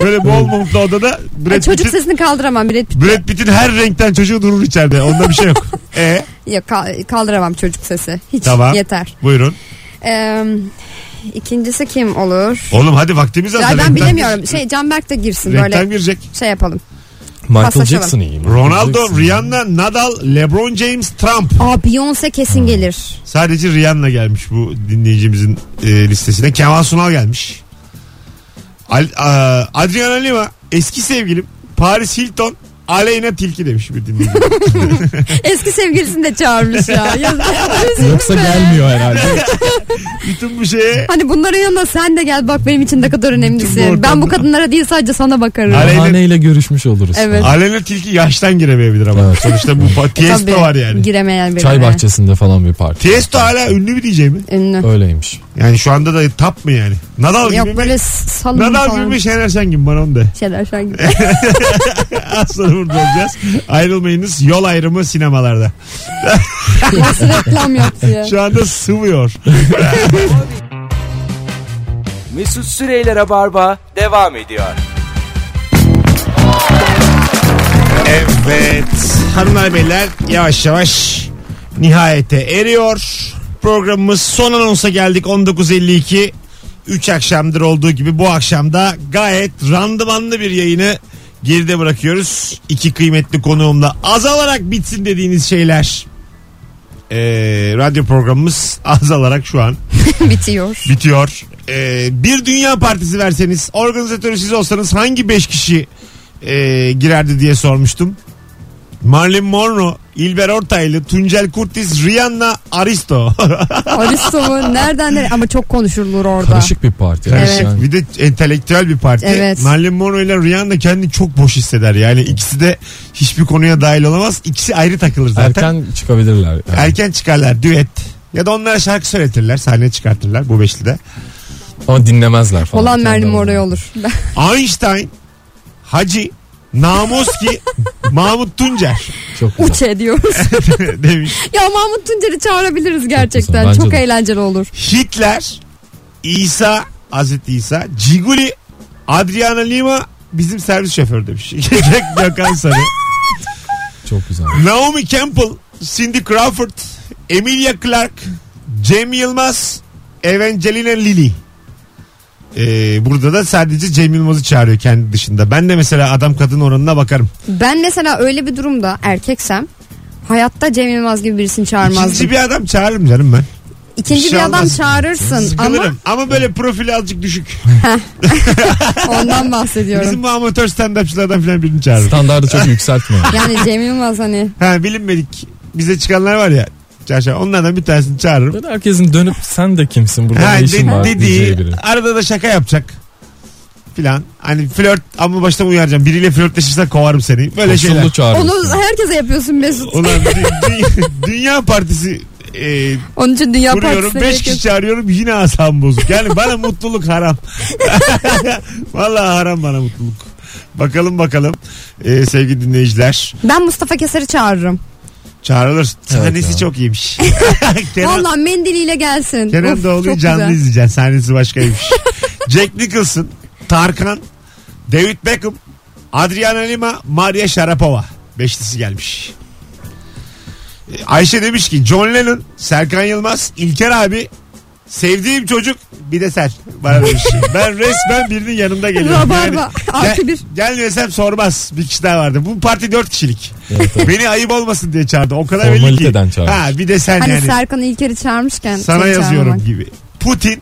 Speaker 2: böyle bol montlu odada
Speaker 4: Ay,
Speaker 2: Brad
Speaker 4: çocuk
Speaker 2: Pitt'in-
Speaker 4: sesini kaldıramam Brad Pitt.
Speaker 2: Brad Pitt'in her renkten çocuğu durur içeride. Onda bir şey yok. E
Speaker 4: Yok ka- kaldıramam çocuk sesi. Hiç
Speaker 2: Tamam.
Speaker 4: yeter.
Speaker 2: buyurun.
Speaker 4: Ee, ikincisi kim olur?
Speaker 2: Oğlum hadi vaktimiz az.
Speaker 4: Ya ben
Speaker 2: Renkten-
Speaker 4: bilemiyorum. Şey Canberk de girsin
Speaker 2: Renkten
Speaker 4: böyle
Speaker 2: girecek.
Speaker 4: şey yapalım.
Speaker 5: Michael
Speaker 4: Paslaşalım.
Speaker 5: Jackson iyi. Michael
Speaker 2: Ronaldo,
Speaker 5: Jackson.
Speaker 2: Rihanna, Nadal, LeBron James, Trump.
Speaker 4: Aa Beyoncé kesin gelir.
Speaker 2: Sadece Rihanna gelmiş bu dinleyicimizin e, listesine. Kemal Sunal gelmiş. Al, a- Adriana Lima, eski sevgilim, Paris Hilton, Aleyna Tilki demiş bir dinleyici.
Speaker 4: Eski sevgilisini de çağırmış ya. Ya-
Speaker 5: Yoksa gelmiyor herhalde.
Speaker 2: Bütün bu şeye
Speaker 4: Hani bunların yanında sen de gel bak benim için ne kadar önemlisin. Ben bu kadınlara değil sadece sana bakarım.
Speaker 2: Aleyna-
Speaker 5: Bahaneyle görüşmüş oluruz.
Speaker 4: Evet.
Speaker 2: Aleyna Tilki yaştan giremeyebilir ama.
Speaker 5: Evet.
Speaker 2: Sonuçta bu pa- Tiesto
Speaker 4: E, Tabii,
Speaker 2: var yani.
Speaker 4: Giremeyen biri.
Speaker 5: Çay bahçesinde falan bir parti.
Speaker 2: Tiesto hala ünlü bir DJ mi?
Speaker 4: Ünlü.
Speaker 5: Öyleymiş.
Speaker 2: Yani şu anda da tap mı yani? Nadal
Speaker 4: Yok
Speaker 2: gibi mi?
Speaker 4: böyle salın
Speaker 2: Nadal gibi
Speaker 4: falan.
Speaker 2: mi Şener Şen gibi bana onu de.
Speaker 4: Şeyler şu an gibi.
Speaker 2: Az sonra burada olacağız. Ayrılmayınız. Yol ayrımı sinemalarda.
Speaker 4: Nasıl reklam yaptı ya.
Speaker 2: Şu anda sıvıyor.
Speaker 1: Mesut Süreyler'e barba devam ediyor.
Speaker 2: Evet. Hanımlar beyler yavaş yavaş nihayete eriyor. Programımız son anonsa geldik 19.52. 3 akşamdır olduğu gibi bu akşam da gayet randımanlı bir yayını geride bırakıyoruz. İki kıymetli konuğumla azalarak bitsin dediğiniz şeyler. Ee, radyo programımız azalarak şu an
Speaker 4: Bitiyor.
Speaker 2: bitiyor. Ee, bir dünya partisi verseniz organizatörü siz olsanız hangi 5 kişi e, girerdi diye sormuştum. Marilyn Monroe İlber Ortaylı, Tuncel Kurtiz, Rihanna, Aristo.
Speaker 4: Aristo mu? Nereden nereye? Ama çok konuşulur orada.
Speaker 5: Karışık bir parti.
Speaker 2: Karışık.
Speaker 5: Yani.
Speaker 2: Bir de entelektüel bir parti.
Speaker 4: Evet.
Speaker 2: Marilyn Monroe ile Rihanna kendini çok boş hisseder. Yani ikisi de hiçbir konuya dahil olamaz. İkisi ayrı takılır zaten.
Speaker 5: Erken çıkabilirler. yani.
Speaker 2: Erken çıkarlar düet. Ya da onlara şarkı söyletirler. Sahneye çıkartırlar bu beşlide.
Speaker 5: Ama dinlemezler falan.
Speaker 4: Olan
Speaker 5: Kendi
Speaker 4: merlim oraya
Speaker 5: aralarında.
Speaker 4: olur.
Speaker 2: Einstein, Hacı, Namoski, Mahmut Tuncer
Speaker 5: Çok güzel.
Speaker 4: Uç ediyoruz.
Speaker 2: demiş.
Speaker 4: ya Mahmut Tuncer'i çağırabiliriz gerçekten.
Speaker 5: Bence
Speaker 4: Çok,
Speaker 5: de.
Speaker 4: eğlenceli olur.
Speaker 2: Hitler, İsa, Hazreti İsa, Ciguli, Adriana Lima bizim servis şoförü demiş. Jack Gökhan Sarı.
Speaker 5: Çok güzel.
Speaker 2: Naomi Campbell, Cindy Crawford, Emilia Clarke, Cem Yılmaz, Evangelina Lilly. Ee, burada da sadece Cem Yılmaz'ı çağırıyor kendi dışında. Ben de mesela adam kadın oranına bakarım.
Speaker 4: Ben mesela öyle bir durumda erkeksem hayatta Cem Yılmaz gibi birisini çağırmazdım.
Speaker 2: İkinci
Speaker 4: İkinci bir,
Speaker 2: bir adam çağırırım canım ben. şey
Speaker 4: adam
Speaker 2: olmaz.
Speaker 4: çağırırsın ama
Speaker 2: Sıkılırım ama, böyle profili azıcık düşük.
Speaker 4: ondan bahsediyorum.
Speaker 2: Bizim bu amatör stand-upçılardan falan birini çağırırım.
Speaker 5: Standardı çok yükseltme.
Speaker 4: Yani Cem Yılmaz hani
Speaker 2: Ha, bilinmedik bize çıkanlar var ya. Çarşamba. Onlardan bir tanesini çağırırım.
Speaker 5: Böyle herkesin dönüp sen de kimsin burada
Speaker 2: Ha,
Speaker 5: ne işin
Speaker 2: de-
Speaker 5: var diyeceği
Speaker 2: dediği
Speaker 5: biri.
Speaker 2: arada da şaka yapacak filan. Hani flört ama baştan uyaracağım. Biriyle flörtleşirsen kovarım seni. Böyle şeyler.
Speaker 5: Koşullu çağırıyorsun.
Speaker 4: onu herkese yapıyorsun Mesut.
Speaker 2: Ulan dü- dü- dünya partisi e,
Speaker 4: Onun için Dünya
Speaker 2: kuruyorum.
Speaker 4: Partisi'ne
Speaker 2: Beş
Speaker 4: gerek yok.
Speaker 2: kişi çağırıyorum yine asam bozuk. Yani bana mutluluk haram. Vallahi haram bana mutluluk. Bakalım bakalım e, sevgili dinleyiciler.
Speaker 4: Ben Mustafa Keser'i çağırırım.
Speaker 2: Çağrılır. Sahnesi
Speaker 5: ya.
Speaker 2: çok iyiymiş. Kenan,
Speaker 4: Vallahi mendiliyle gelsin.
Speaker 2: Kenan
Speaker 4: Of,
Speaker 2: Doğulu'yu
Speaker 4: çok
Speaker 2: canlı
Speaker 4: güzel.
Speaker 2: izleyeceksin. Sahnesi başkaymış. Jack Nicholson, Tarkan, David Beckham, Adriana Lima, Maria Sharapova. Beşlisi gelmiş. Ee, Ayşe demiş ki John Lennon, Serkan Yılmaz, İlker abi, sevdiğim çocuk bir de sen. Bana demiş. ben resmen birinin yanında geliyorum.
Speaker 4: Rabarba. Artı bir.
Speaker 2: Gelmesem sormaz. Bir kişi daha vardı. Bu parti dört kişilik.
Speaker 5: Evet, evet.
Speaker 2: Beni ayıp olmasın diye çağırdı. O kadar belli ki.
Speaker 5: Formaliteden çağırmış.
Speaker 2: Ha bir de sen
Speaker 4: Hani
Speaker 2: yani.
Speaker 4: Serkan İlker'i çağırmışken.
Speaker 2: Sana
Speaker 4: seni
Speaker 2: yazıyorum
Speaker 4: çağırmak.
Speaker 2: gibi. Putin,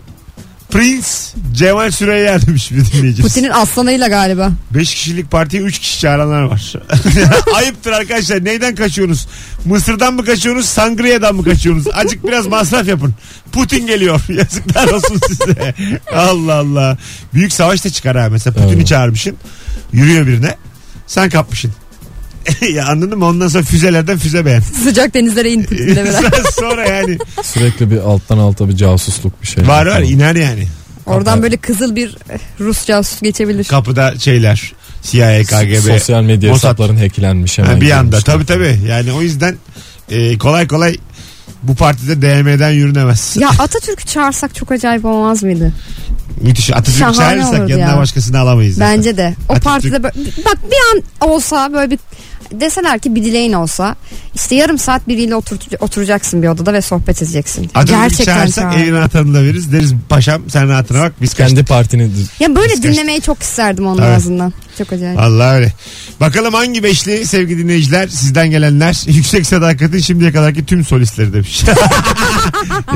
Speaker 2: Prince, Cemal Süreyya demiş bir dinleyicimiz.
Speaker 4: Putin'in aslanıyla galiba.
Speaker 2: 5 kişilik partiye 3 kişi çağıranlar var. Ayıptır arkadaşlar. Neyden kaçıyorsunuz? Mısır'dan mı kaçıyorsunuz? Sangriye'den mi kaçıyorsunuz? Acık biraz masraf yapın. Putin geliyor. Yazıklar olsun size. Allah Allah. Büyük savaş da çıkar ha. Mesela Putin'i
Speaker 5: Evet.
Speaker 2: çağırmışsın. Yürüyor birine. Sen kapmışsın. ya anladın mı? Ondan sonra füzelerden füze beğen.
Speaker 4: Sıcak denizlere in Putin'le beraber.
Speaker 2: sonra yani.
Speaker 5: Sürekli bir alttan alta bir casusluk bir şey.
Speaker 2: Var var iner yani.
Speaker 4: Oradan böyle kızıl bir eh, Rus casus geçebilir.
Speaker 2: kapıda şeyler CIA, KGB.
Speaker 5: Sosyal medya
Speaker 2: Mossad.
Speaker 5: hesapların hacklenmiş hemen.
Speaker 2: Ha, bir anda
Speaker 5: girmiş.
Speaker 2: tabii tabii. Yani o yüzden e, kolay kolay bu partide DM'den yürünemez.
Speaker 4: Ya Atatürk'ü çağırsak çok acayip olmaz mıydı?
Speaker 2: Müthiş. Atatürk'ü
Speaker 4: Şahane
Speaker 2: çağırırsak
Speaker 4: olurdu
Speaker 2: yanına
Speaker 4: ya.
Speaker 2: başkasını alamayız. zaten.
Speaker 4: Bence de. O
Speaker 2: Atatürk-
Speaker 4: partide böyle, bak bir an olsa böyle bir deseler ki bir dileğin olsa işte yarım saat biriyle otur- oturacaksın bir odada ve sohbet edeceksin.
Speaker 2: Atatürk'ü
Speaker 4: Gerçekten
Speaker 2: çağırsak
Speaker 4: çağır.
Speaker 2: evin anahtarını da veririz. Deriz paşam sen rahatına bak biz
Speaker 5: Kendi
Speaker 2: kaçtık.
Speaker 5: partini
Speaker 4: Ya böyle
Speaker 2: Biz
Speaker 4: dinlemeyi çok isterdim onun
Speaker 2: Tabii.
Speaker 4: ağzından. Çok acayip.
Speaker 2: Allah öyle. Bakalım hangi beşli sevgili dinleyiciler sizden gelenler yüksek sadakatin şimdiye kadarki tüm solistleri demiş.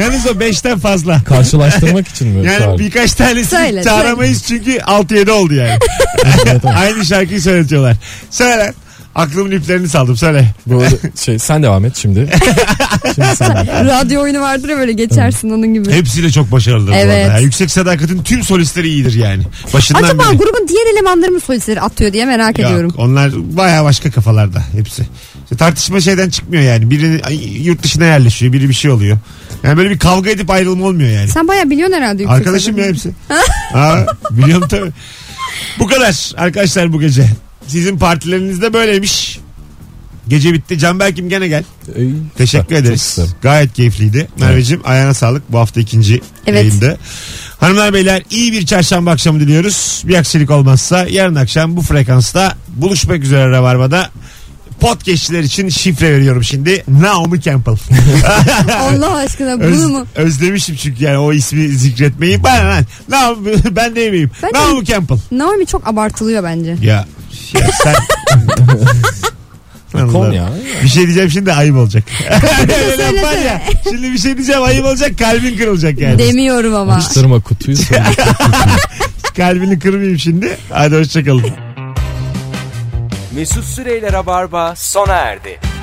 Speaker 2: Yalnız o beşten fazla.
Speaker 5: karşılaştırmak için mi?
Speaker 2: Yani
Speaker 5: çağırdın?
Speaker 2: birkaç tanesini
Speaker 4: Söyle,
Speaker 2: çağıramayız çünkü 6-7 oldu yani. Aynı şarkıyı söyletiyorlar. Söyle. Aklımın iplerini saldım söyle.
Speaker 5: Böyle şey sen devam et şimdi. şimdi sen devam et.
Speaker 4: Radyo oyunu vardır ya böyle geçersin onun gibi.
Speaker 2: Hepsi de çok başarılıdır bu
Speaker 4: Evet.
Speaker 2: arada. ya. Yüksek Sadakat'ın tüm solistleri iyidir yani. Başından
Speaker 4: Acaba
Speaker 2: beri.
Speaker 4: grubun diğer elemanları mı solistleri atıyor diye merak
Speaker 2: Yok,
Speaker 4: ediyorum.
Speaker 2: onlar baya başka kafalarda hepsi. İşte tartışma şeyden çıkmıyor yani. Biri ay, yurt dışına yerleşiyor, biri bir şey oluyor. Yani böyle bir kavga edip ayrılma olmuyor yani.
Speaker 4: Sen bayağı biliyorsun herhalde. yüksek
Speaker 2: Arkadaşım ya
Speaker 4: sesle.
Speaker 2: hepsi. ha, biliyorum tabii. Bu kadar arkadaşlar bu gece. Sizin partileriniz de böyleymiş. Gece bitti. Canberk'im gene gel.
Speaker 5: Ey,
Speaker 2: Teşekkür
Speaker 5: çok
Speaker 2: ederiz.
Speaker 5: isterim.
Speaker 2: Gayet keyifliydi. Merveciğim ayağına sağlık. Bu hafta ikinci
Speaker 4: Evet.
Speaker 2: yayında. Hanımlar beyler iyi bir çarşamba akşamı diliyoruz. Bir aksilik olmazsa yarın akşam bu frekansta buluşmak üzere Rabarba'da. Podcastçiler için şifre veriyorum şimdi. Naomi Campbell.
Speaker 4: Allah aşkına
Speaker 2: Öz-
Speaker 4: bunu mu?
Speaker 2: Özlemişim çünkü yani o ismi zikretmeyi. Ben, ben, Naomi, ben de miyim?
Speaker 4: Ben de-
Speaker 2: Naomi Campbell.
Speaker 4: Naomi çok abartılıyor bence.
Speaker 2: Ya, ya sen...
Speaker 5: Kom
Speaker 2: Allah'ım.
Speaker 5: ya.
Speaker 2: Bir şey diyeceğim şimdi ayıp olacak. Öyle
Speaker 4: söylesene.
Speaker 2: yapar ya. Şimdi bir şey diyeceğim ayıp olacak kalbin kırılacak yani.
Speaker 4: Demiyorum ama.
Speaker 5: Karıştırma kutuyu sonra.
Speaker 2: Kalbini kırmayayım şimdi. Hadi hoşçakalın.
Speaker 1: Mesut Süreyler'e barba sona erdi.